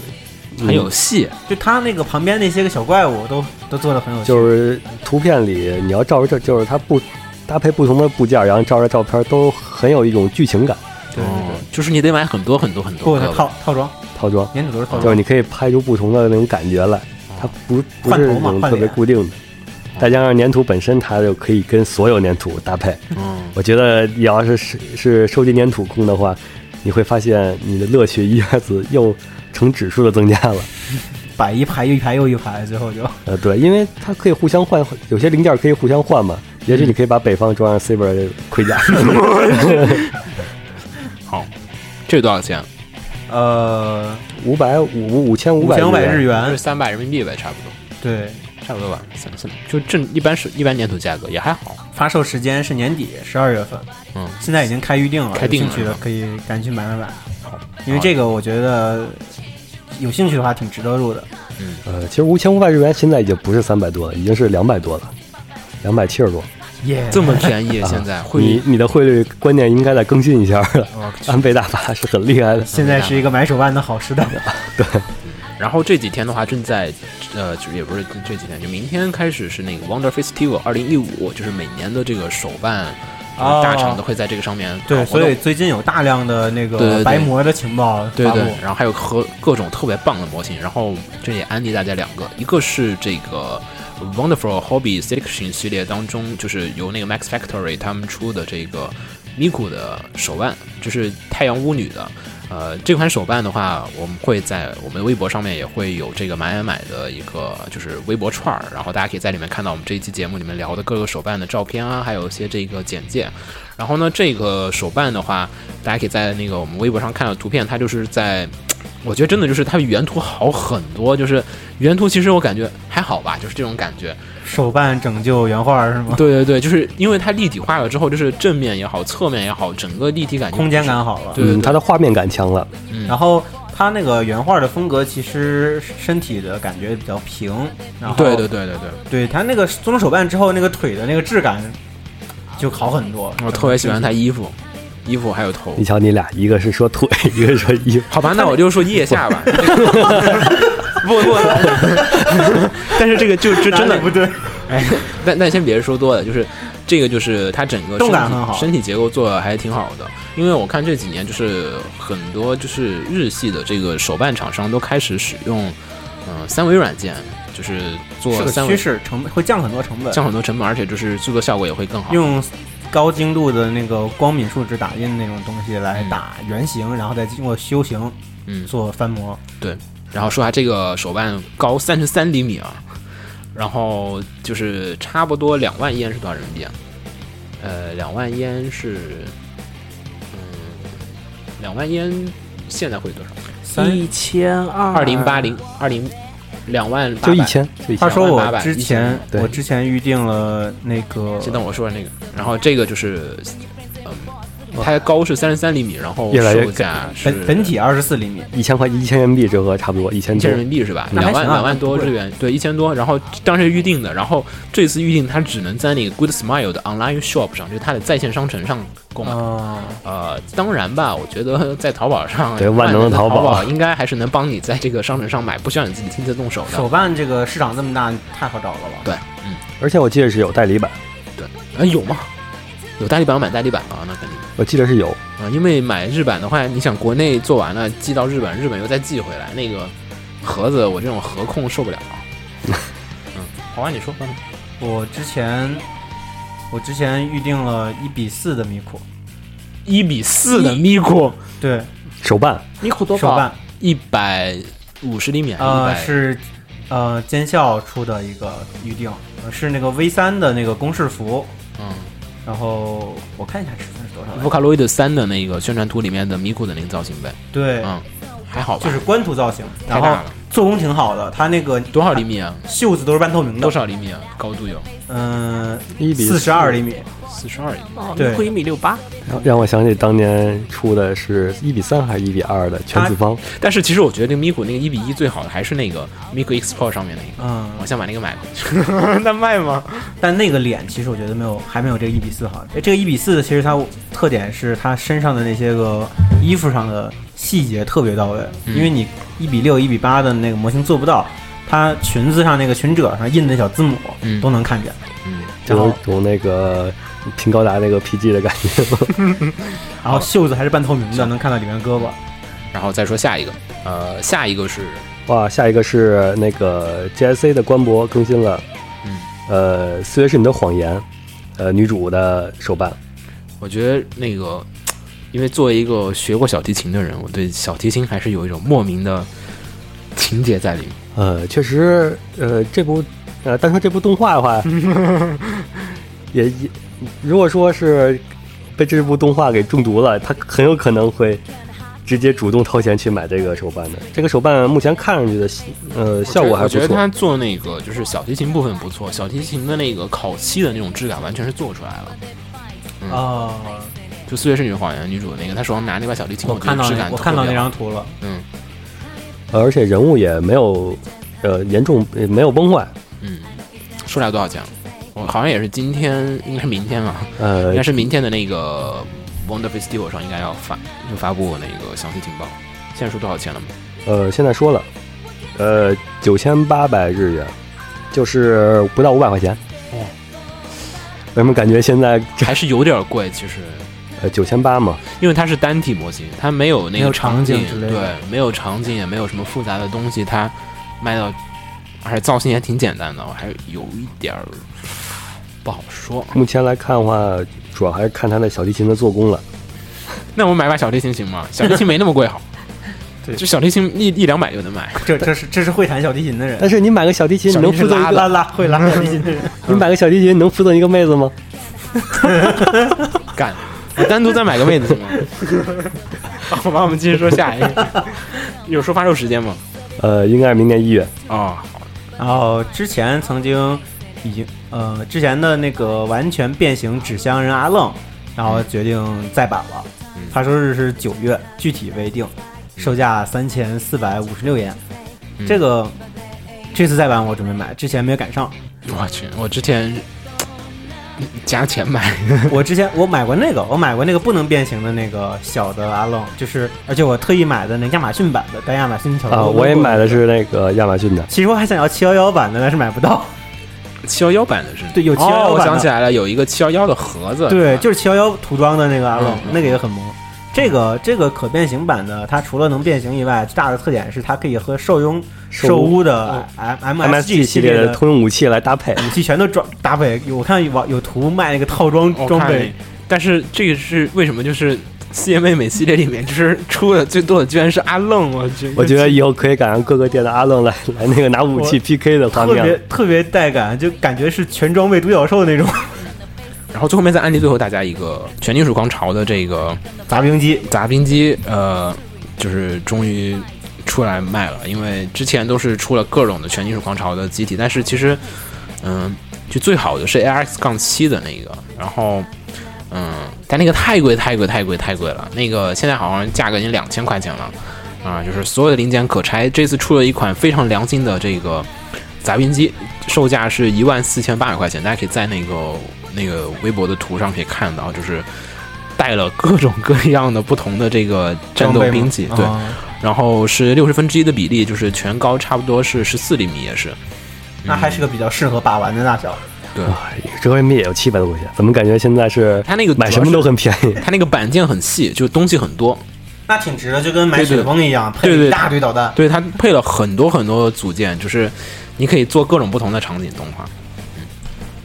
嗯
很有戏，
就他那个旁边那些个小怪物都都做的很有戏。
就是图片里你要照着这，就是它不搭配不同的部件，然后照着照片都很有一种剧情感
对对
哦，就是你得买很多很多很
对，或
多
者
个。
套套装，
套装，
粘土都是套
就是
装。
你可以拍出不同的那种感觉来，它不不
啊换
是
头
那
嘛
种
换
特别
脸啊
固定的。再加上粘土本身，它就可以跟所有粘土搭配。
嗯，
我觉得你要是是是收集粘土控的话，你会发现你的乐趣一下子又成指数的增加了。
摆一排一排又一排，最后就
呃，对，因为它可以互相换，有些零件可以互相换嘛。也许你可以把北方装上 Saber 的 盔甲，
好，这多少钱？
呃
五百五五千五
五
百
千五百日
是
元，
三百人民币呗，差不多，
对，
差不多吧，三三就正一般是一般粘土价格也还好。
发售时间是年底十二月份，
嗯，
现在已经开预定了，
开定了
有兴趣的
是吧
可以赶紧买买买，
好，
因为
好
这个我觉得有兴趣的话挺值得入的。
呃，其实五千五百日元现在已经不是三百多了，已经是两百多了，两百七十多。
耶
这么便 宜，现在汇率
你你的汇率观念应该再更新一下了。
哦
我去
安倍大法是很厉害的，
现在是一个买手办的好 时代，
然后这几天的话，正在呃，就是也不是这这几天，就明天开始是那个 Wonder Festival 二零一五，就是每年的这个手办、呃
哦
大厂都会在这个上面搞
对，
活动
所以最近有大量的那
对对
个
对
白膜的情报
对
发布
对，，然后还有和各种特别棒的模型，然后这也安利大家两个，一个是这个 Wonderful Hobby Selection 系列当中，就是由那个 Max Factory 他们出的这个 Miku 的手办，就是太阳巫女的。呃，这款手办的话，我们会在我们的微博上面也会有这个买买买的一个就是微博串儿，然后大家可以在里面看到我们这一期节目里面聊的各个手办的照片啊，还有一些这个简介。然后呢，这个手办的话，大家可以在那个我们微博上看到图片，它就是在，我觉得真的就是它比原图好很多，就是原图其实我感觉还好吧，就是这种感觉。
手办拯救原画是吗？
对对对，就是因为它立体化了之后，就是正面也好，侧面也好，整个立体感就
空间感好啊了，
对对
嗯，它的画面感强了，
然后它那个原画的风格其实身体的感觉比较平，然后
对对对对对，
对它那个做成手办之后，那个腿的那个质感就好很多。
我特别喜欢它衣服，衣服还有头
你。瞧你俩，一个是说腿， 一个说衣服，
好吧，那我就说腋下 吧。不不，但是这个 就就真的
哪里不对，
但但先别说多了，就是这个就是它整个身
动
体
感很好
身体结构做的还挺好的。因为我看这几年就是很多就是日系的这个手办厂商都开始使用嗯、呃三维软件，就是
是
做
个
三
趋
维
势，成本会降很多成本，
降很多成本，而且就是制作效果也会更好。
用高精度的那个光敏树脂打印那种东西来打原型，然后再经过修形
嗯，
做翻模。
然后说它这个手办高三十三厘米啊，然后就是差不多两万烟是多少人民币啊？呃，两万烟是嗯，两万烟现在会多少？
嗯
一千二
二零八零二零两万八
就
百
一，千，就一千
话说
两万八
我
百
之前
对
我之前预定了那个
先等我说完那个，然后这个就是嗯，它高是三十三厘米，然后
越来越
售价是
本本体二十四厘米，
一千块一千人民币折合差不多一千
一
多
千人。民币是吧？
那
两
还
万
行啊
两万多
不贵
日元，对，一千多。然后当时预定的，然后这次预定它只能在那个 Good Smile 的 online shop 上，就是它的在线商城上购买。
啊，
呃，当然吧，我觉得在淘宝上，
对
万
万能的
淘
淘宝
应该还是能帮你在这个商城上买，不需要你自己亲自动手的。
手办这个市场这么大，太好找了吧？
对，嗯，
而且我记得是有代理版，
哎，有吗？有代理版买代理版啊，那肯定。
我记得是有，
啊，因为买日版的话，你想国内做完了寄到日本，日本又再寄回来，那个盒子我这种盒控受不了。嗯，好啊，你说吧。
我之前我之前预定了一比四的米库，
一比四的咪咕，
对，
手办
尼库多
手
少？
办
一百五十厘米还是一
呃
百？
是呃监校出的一个预定，呃是那个 V 三的那个公式服，
嗯，
然后我看一下尺寸是多少来着，
v o c a l o i d 三的那个宣传图里面的咪咕的那个造型呗。
对，
嗯，还好吧。
就是官图造型，
太
然
大
后
了
做工挺好的，它那个
多少厘米啊？
袖子都是半透明的，
多？少厘米啊？高度有
嗯、
一比
四十二厘米。
四十二厘米。
哦，
对
那会一米六八，
让让我想起当年出的是一比三还是一比二的全子方，
但是其实我觉得那个咪咕那个一比一最好的还是那个咪咕 X Pro 上面那个，
嗯，
我想把那个买过去。那卖吗？
但那个脸其实我觉得没有，还没有这个一比四好。哎这个一比四的其实它特点是它身上的那些个衣服上的细节特别到位，
嗯
因为你一比六、一比八的那个模型做不到，它裙子上那个裙褶上印的小字母
嗯
都能看见。
嗯，
就
然后
有种那个拼高达那个 PG 的感觉。
然后袖哦子还是半透明的，能看到里面胳膊。
然后再说下一个，呃，下一个是
哇，下一个是那个 GSC 的官博更新了，
嗯，
呃，四月是你的谎言，呃，女主的手办，
我觉得那个，因为作为一个学过小提琴的人，我对小提琴还是有一种莫名的情节在里面。
呃，确实，呃，这部呃，单说这部动画 的话，也也，如果说是被这部动画给中毒了，他很有可能会直接主动掏钱去买这个手办的。这个手办目前看上去的呃 效果还
我
不
觉得
错，
他做那个就是小提琴部分不错，小提琴的那个烤漆的那种质感完全是做出来了。
哦，
就《四月是女的谎言》女主那个，她手上拿那把小提琴，
我
觉得
看到
质
那
感
我看到
特
那
别好，
张图了，
嗯
呃而且人物也没有呃严重呃没有崩坏，
嗯，说来多少钱？我好像也是今天，应该是明天吧，
呃
应该，是明天的那个 Wonder Festival 上应该要发就发布那个详细情报。现在说多少钱了吗？
呃，现在说了，呃，九千八百日元，就是不到五百块钱。
哦，
为什么感觉现在这
还是有点贵，其实，
呃九千八嘛？
因为它是单体模型，它没有那
没
个
有场景
景
之类的。
对，没有场景，也没有什么复杂的东西，它卖到，而且造型也挺简单的，我还有一点儿不好说。
目前来看的话，主要还是看它的小提琴的做工了。
那我买把小提琴行 吗？小提琴没那么贵，好
对
就小提琴一一两百就能买，
这这是这是会弹小提琴的人
但，是你买个小提琴，你
小
能
提琴
附赠
拉
一
拉
个？
拉会拉小提琴的人。
你买个小提琴，你能附赠一个妹子吗？
干！我单独再买个妹子行吗？ 好吧，我们继续说下一个。 有说发售时间吗？嗯
呃，应该是明年一月。
哦，好
然后之前曾经已经呃之前的那个完全变形纸箱人阿愣，然后决定再版了，发售日是九月，具体未定，售价三千四百五十六元。
嗯
这个这次再版我准备买，之前没有赶上。
我去，我之前加钱买，
我之前我买过那个，我买过那个不能变形的那个小的阿愣，就是而且我特意买的那亚马逊版的，带亚马逊条
嗯
啊、我也买的。是那个亚马逊的。
其实我还想要七幺幺版的，但是买不到。
七幺幺版的是吗
对有711版的
哦我想起来了，有一个七幺幺的盒子，啊
对，就是七幺幺涂装的那个阿龙，
嗯
那个也很萌。这个这个可变形版的，它除了能变形以外，最大的特点是它可以和兽拥
兽
兽屋的
嗯
哎 M
MSG 系
系
列
的
的通用武器来搭配，
武器全都装搭配。有我看有网有图卖那个套装
我看
装
了
备，
但是这个是为什么？就是 CMA 美系列里面，就是出的最多的居然是阿愣，我去，
我觉得以后可以赶上各个店的阿愣来来那个拿武器 PK 的画
特
面
别
了。
特别带感，就感觉是全装备独角兽那种
然后最后面再安利最后大家一个《全金属狂潮》的这个
杂兵机。
杂兵机，呃，就是终于出来卖了，因为之前都是出了各种的《全金属狂潮》的机体，但是其实，嗯、就最好的是 ARX 杠七的那个，然后。嗯，但那个太贵太贵太贵太贵了，那个现在好像价格已经两千块钱了，啊，就是所有的零件可拆。这次出了一款非常良心的这个杂兵机，售价是一万四千八百块钱，大家可以在那个那个微博的图上可以看到，就是带了各种各样的不同的这个战斗兵器，
装备
对，
啊
吗哦
然后是六十分之一的比例，就是全高差不多是十四厘米，也是，
那还是个比较适合把玩的大小。
对，
哎折合人民币也有七百多块钱，怎么感觉现在是
它那个
买
主
什
要
么
是
都很便 宜？
它那个板件很细，就东西很多，
那挺值的，就跟买
对对
雪崩一样，
对
配
对
一大堆导弹。
对，它配了很多很多的组件，就是你可以做各种不同的场景动画。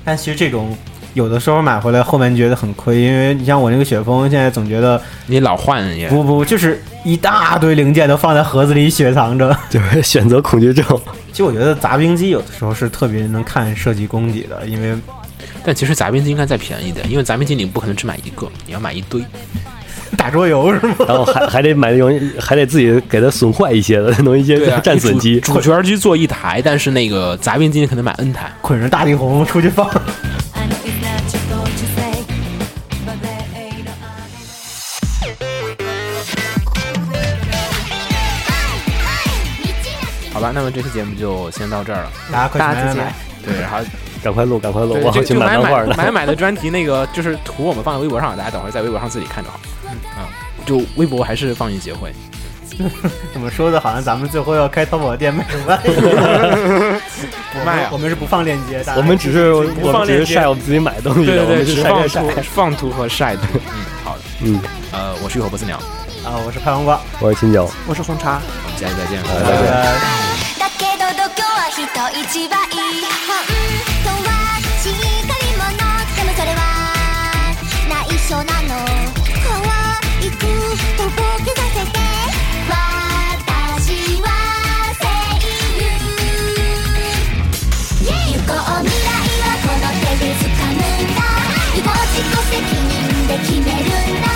但其实这种有的时候买回来后面觉得很亏，因为你像我那个雪峰，现在总觉得
你老换也
不不，就是一大堆零件都放在盒子里雪藏 着。
就是选择恐 惧症。
其实我觉得杂兵机有的时候是特别能看设计功底的，因为
但其实杂兵机应该再便宜一点，因为杂兵机你不可能只买一个，你要买一堆。
打桌游是吗？
然后还还得买那种，还得自己给它损坏一些的，弄一些
对啊，
战损 机。
主主角机做一台，但是那个杂兵机你可能买 N 台。
捆着大地红出去放。
I know it's not your fault you say, but there ain't no other.
好吧，那么这期节目就先到这儿了。
大家快
大
去买
家自己
买
来
买！。
对，然后
赶快录，赶快录，
对
我好
就
去
就买
买漫画
买
了。
买买的专题那个就是图，我们放在微博上，大家等会儿在微博上自己看就好。嗯，就微博还是放映协会。
怎么说的？好像咱们最后要开淘宝店卖什么？
不卖啊
我们是不放链接，大家
我们只是我
不
们
放
只
链
是
接
晒。我们自己买的东西
对
的，
对
我
对，
们是
只
晒晒
放
晒
图。放图和晒图。嗯，好的。
嗯，
呃，我是雨后不死鸟，
啊，我是拍黄瓜，
我是秦九。
我是红茶。
我们下期再见。
拜
拜拜。
だけど度胸は人一倍本当はしっかり者でもそれは内緒なの可愛くとぼけさせて私は声優行こう未来はこの手で掴むんだ予防自己責任で決めるんだ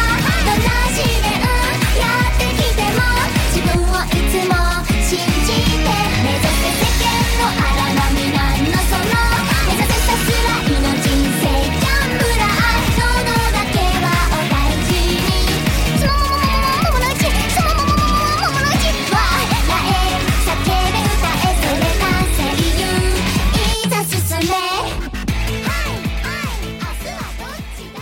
どんな試練やってきても自分をいつも信じて目指せ世間の荒波なんのその目指せさすらいの人生ギャンブラーそのだけはお大事にそのままもものいちそのままもものいち笑え叫べ歌えそれが声優いざ進めはいはい明日はどっちだ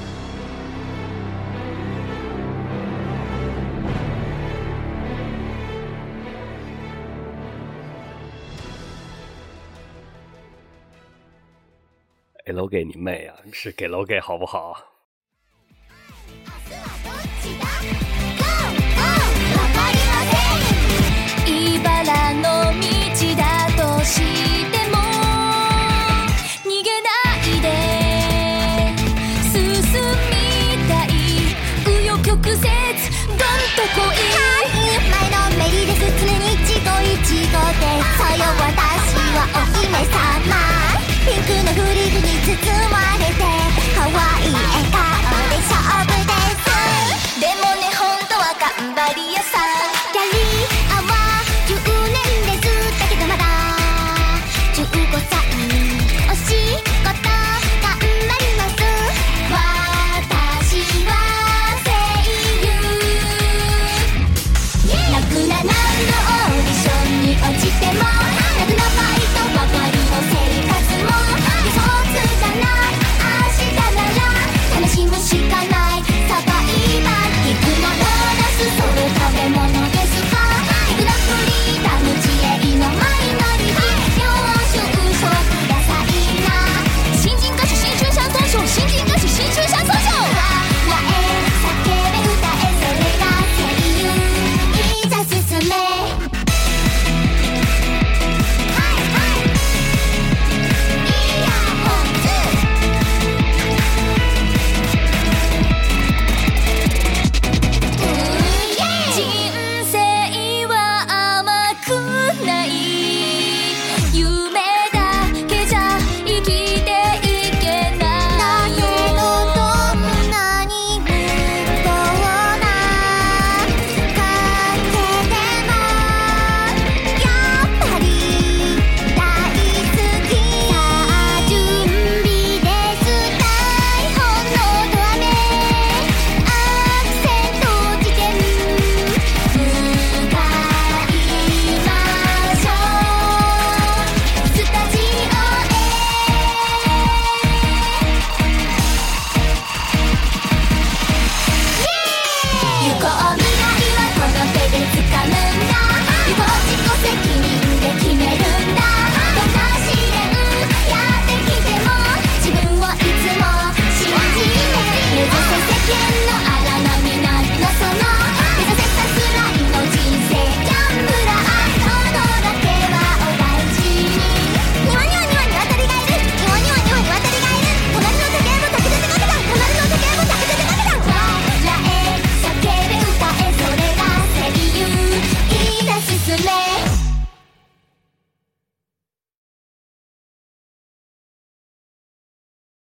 给楼给你妹啊！是给楼给好不好？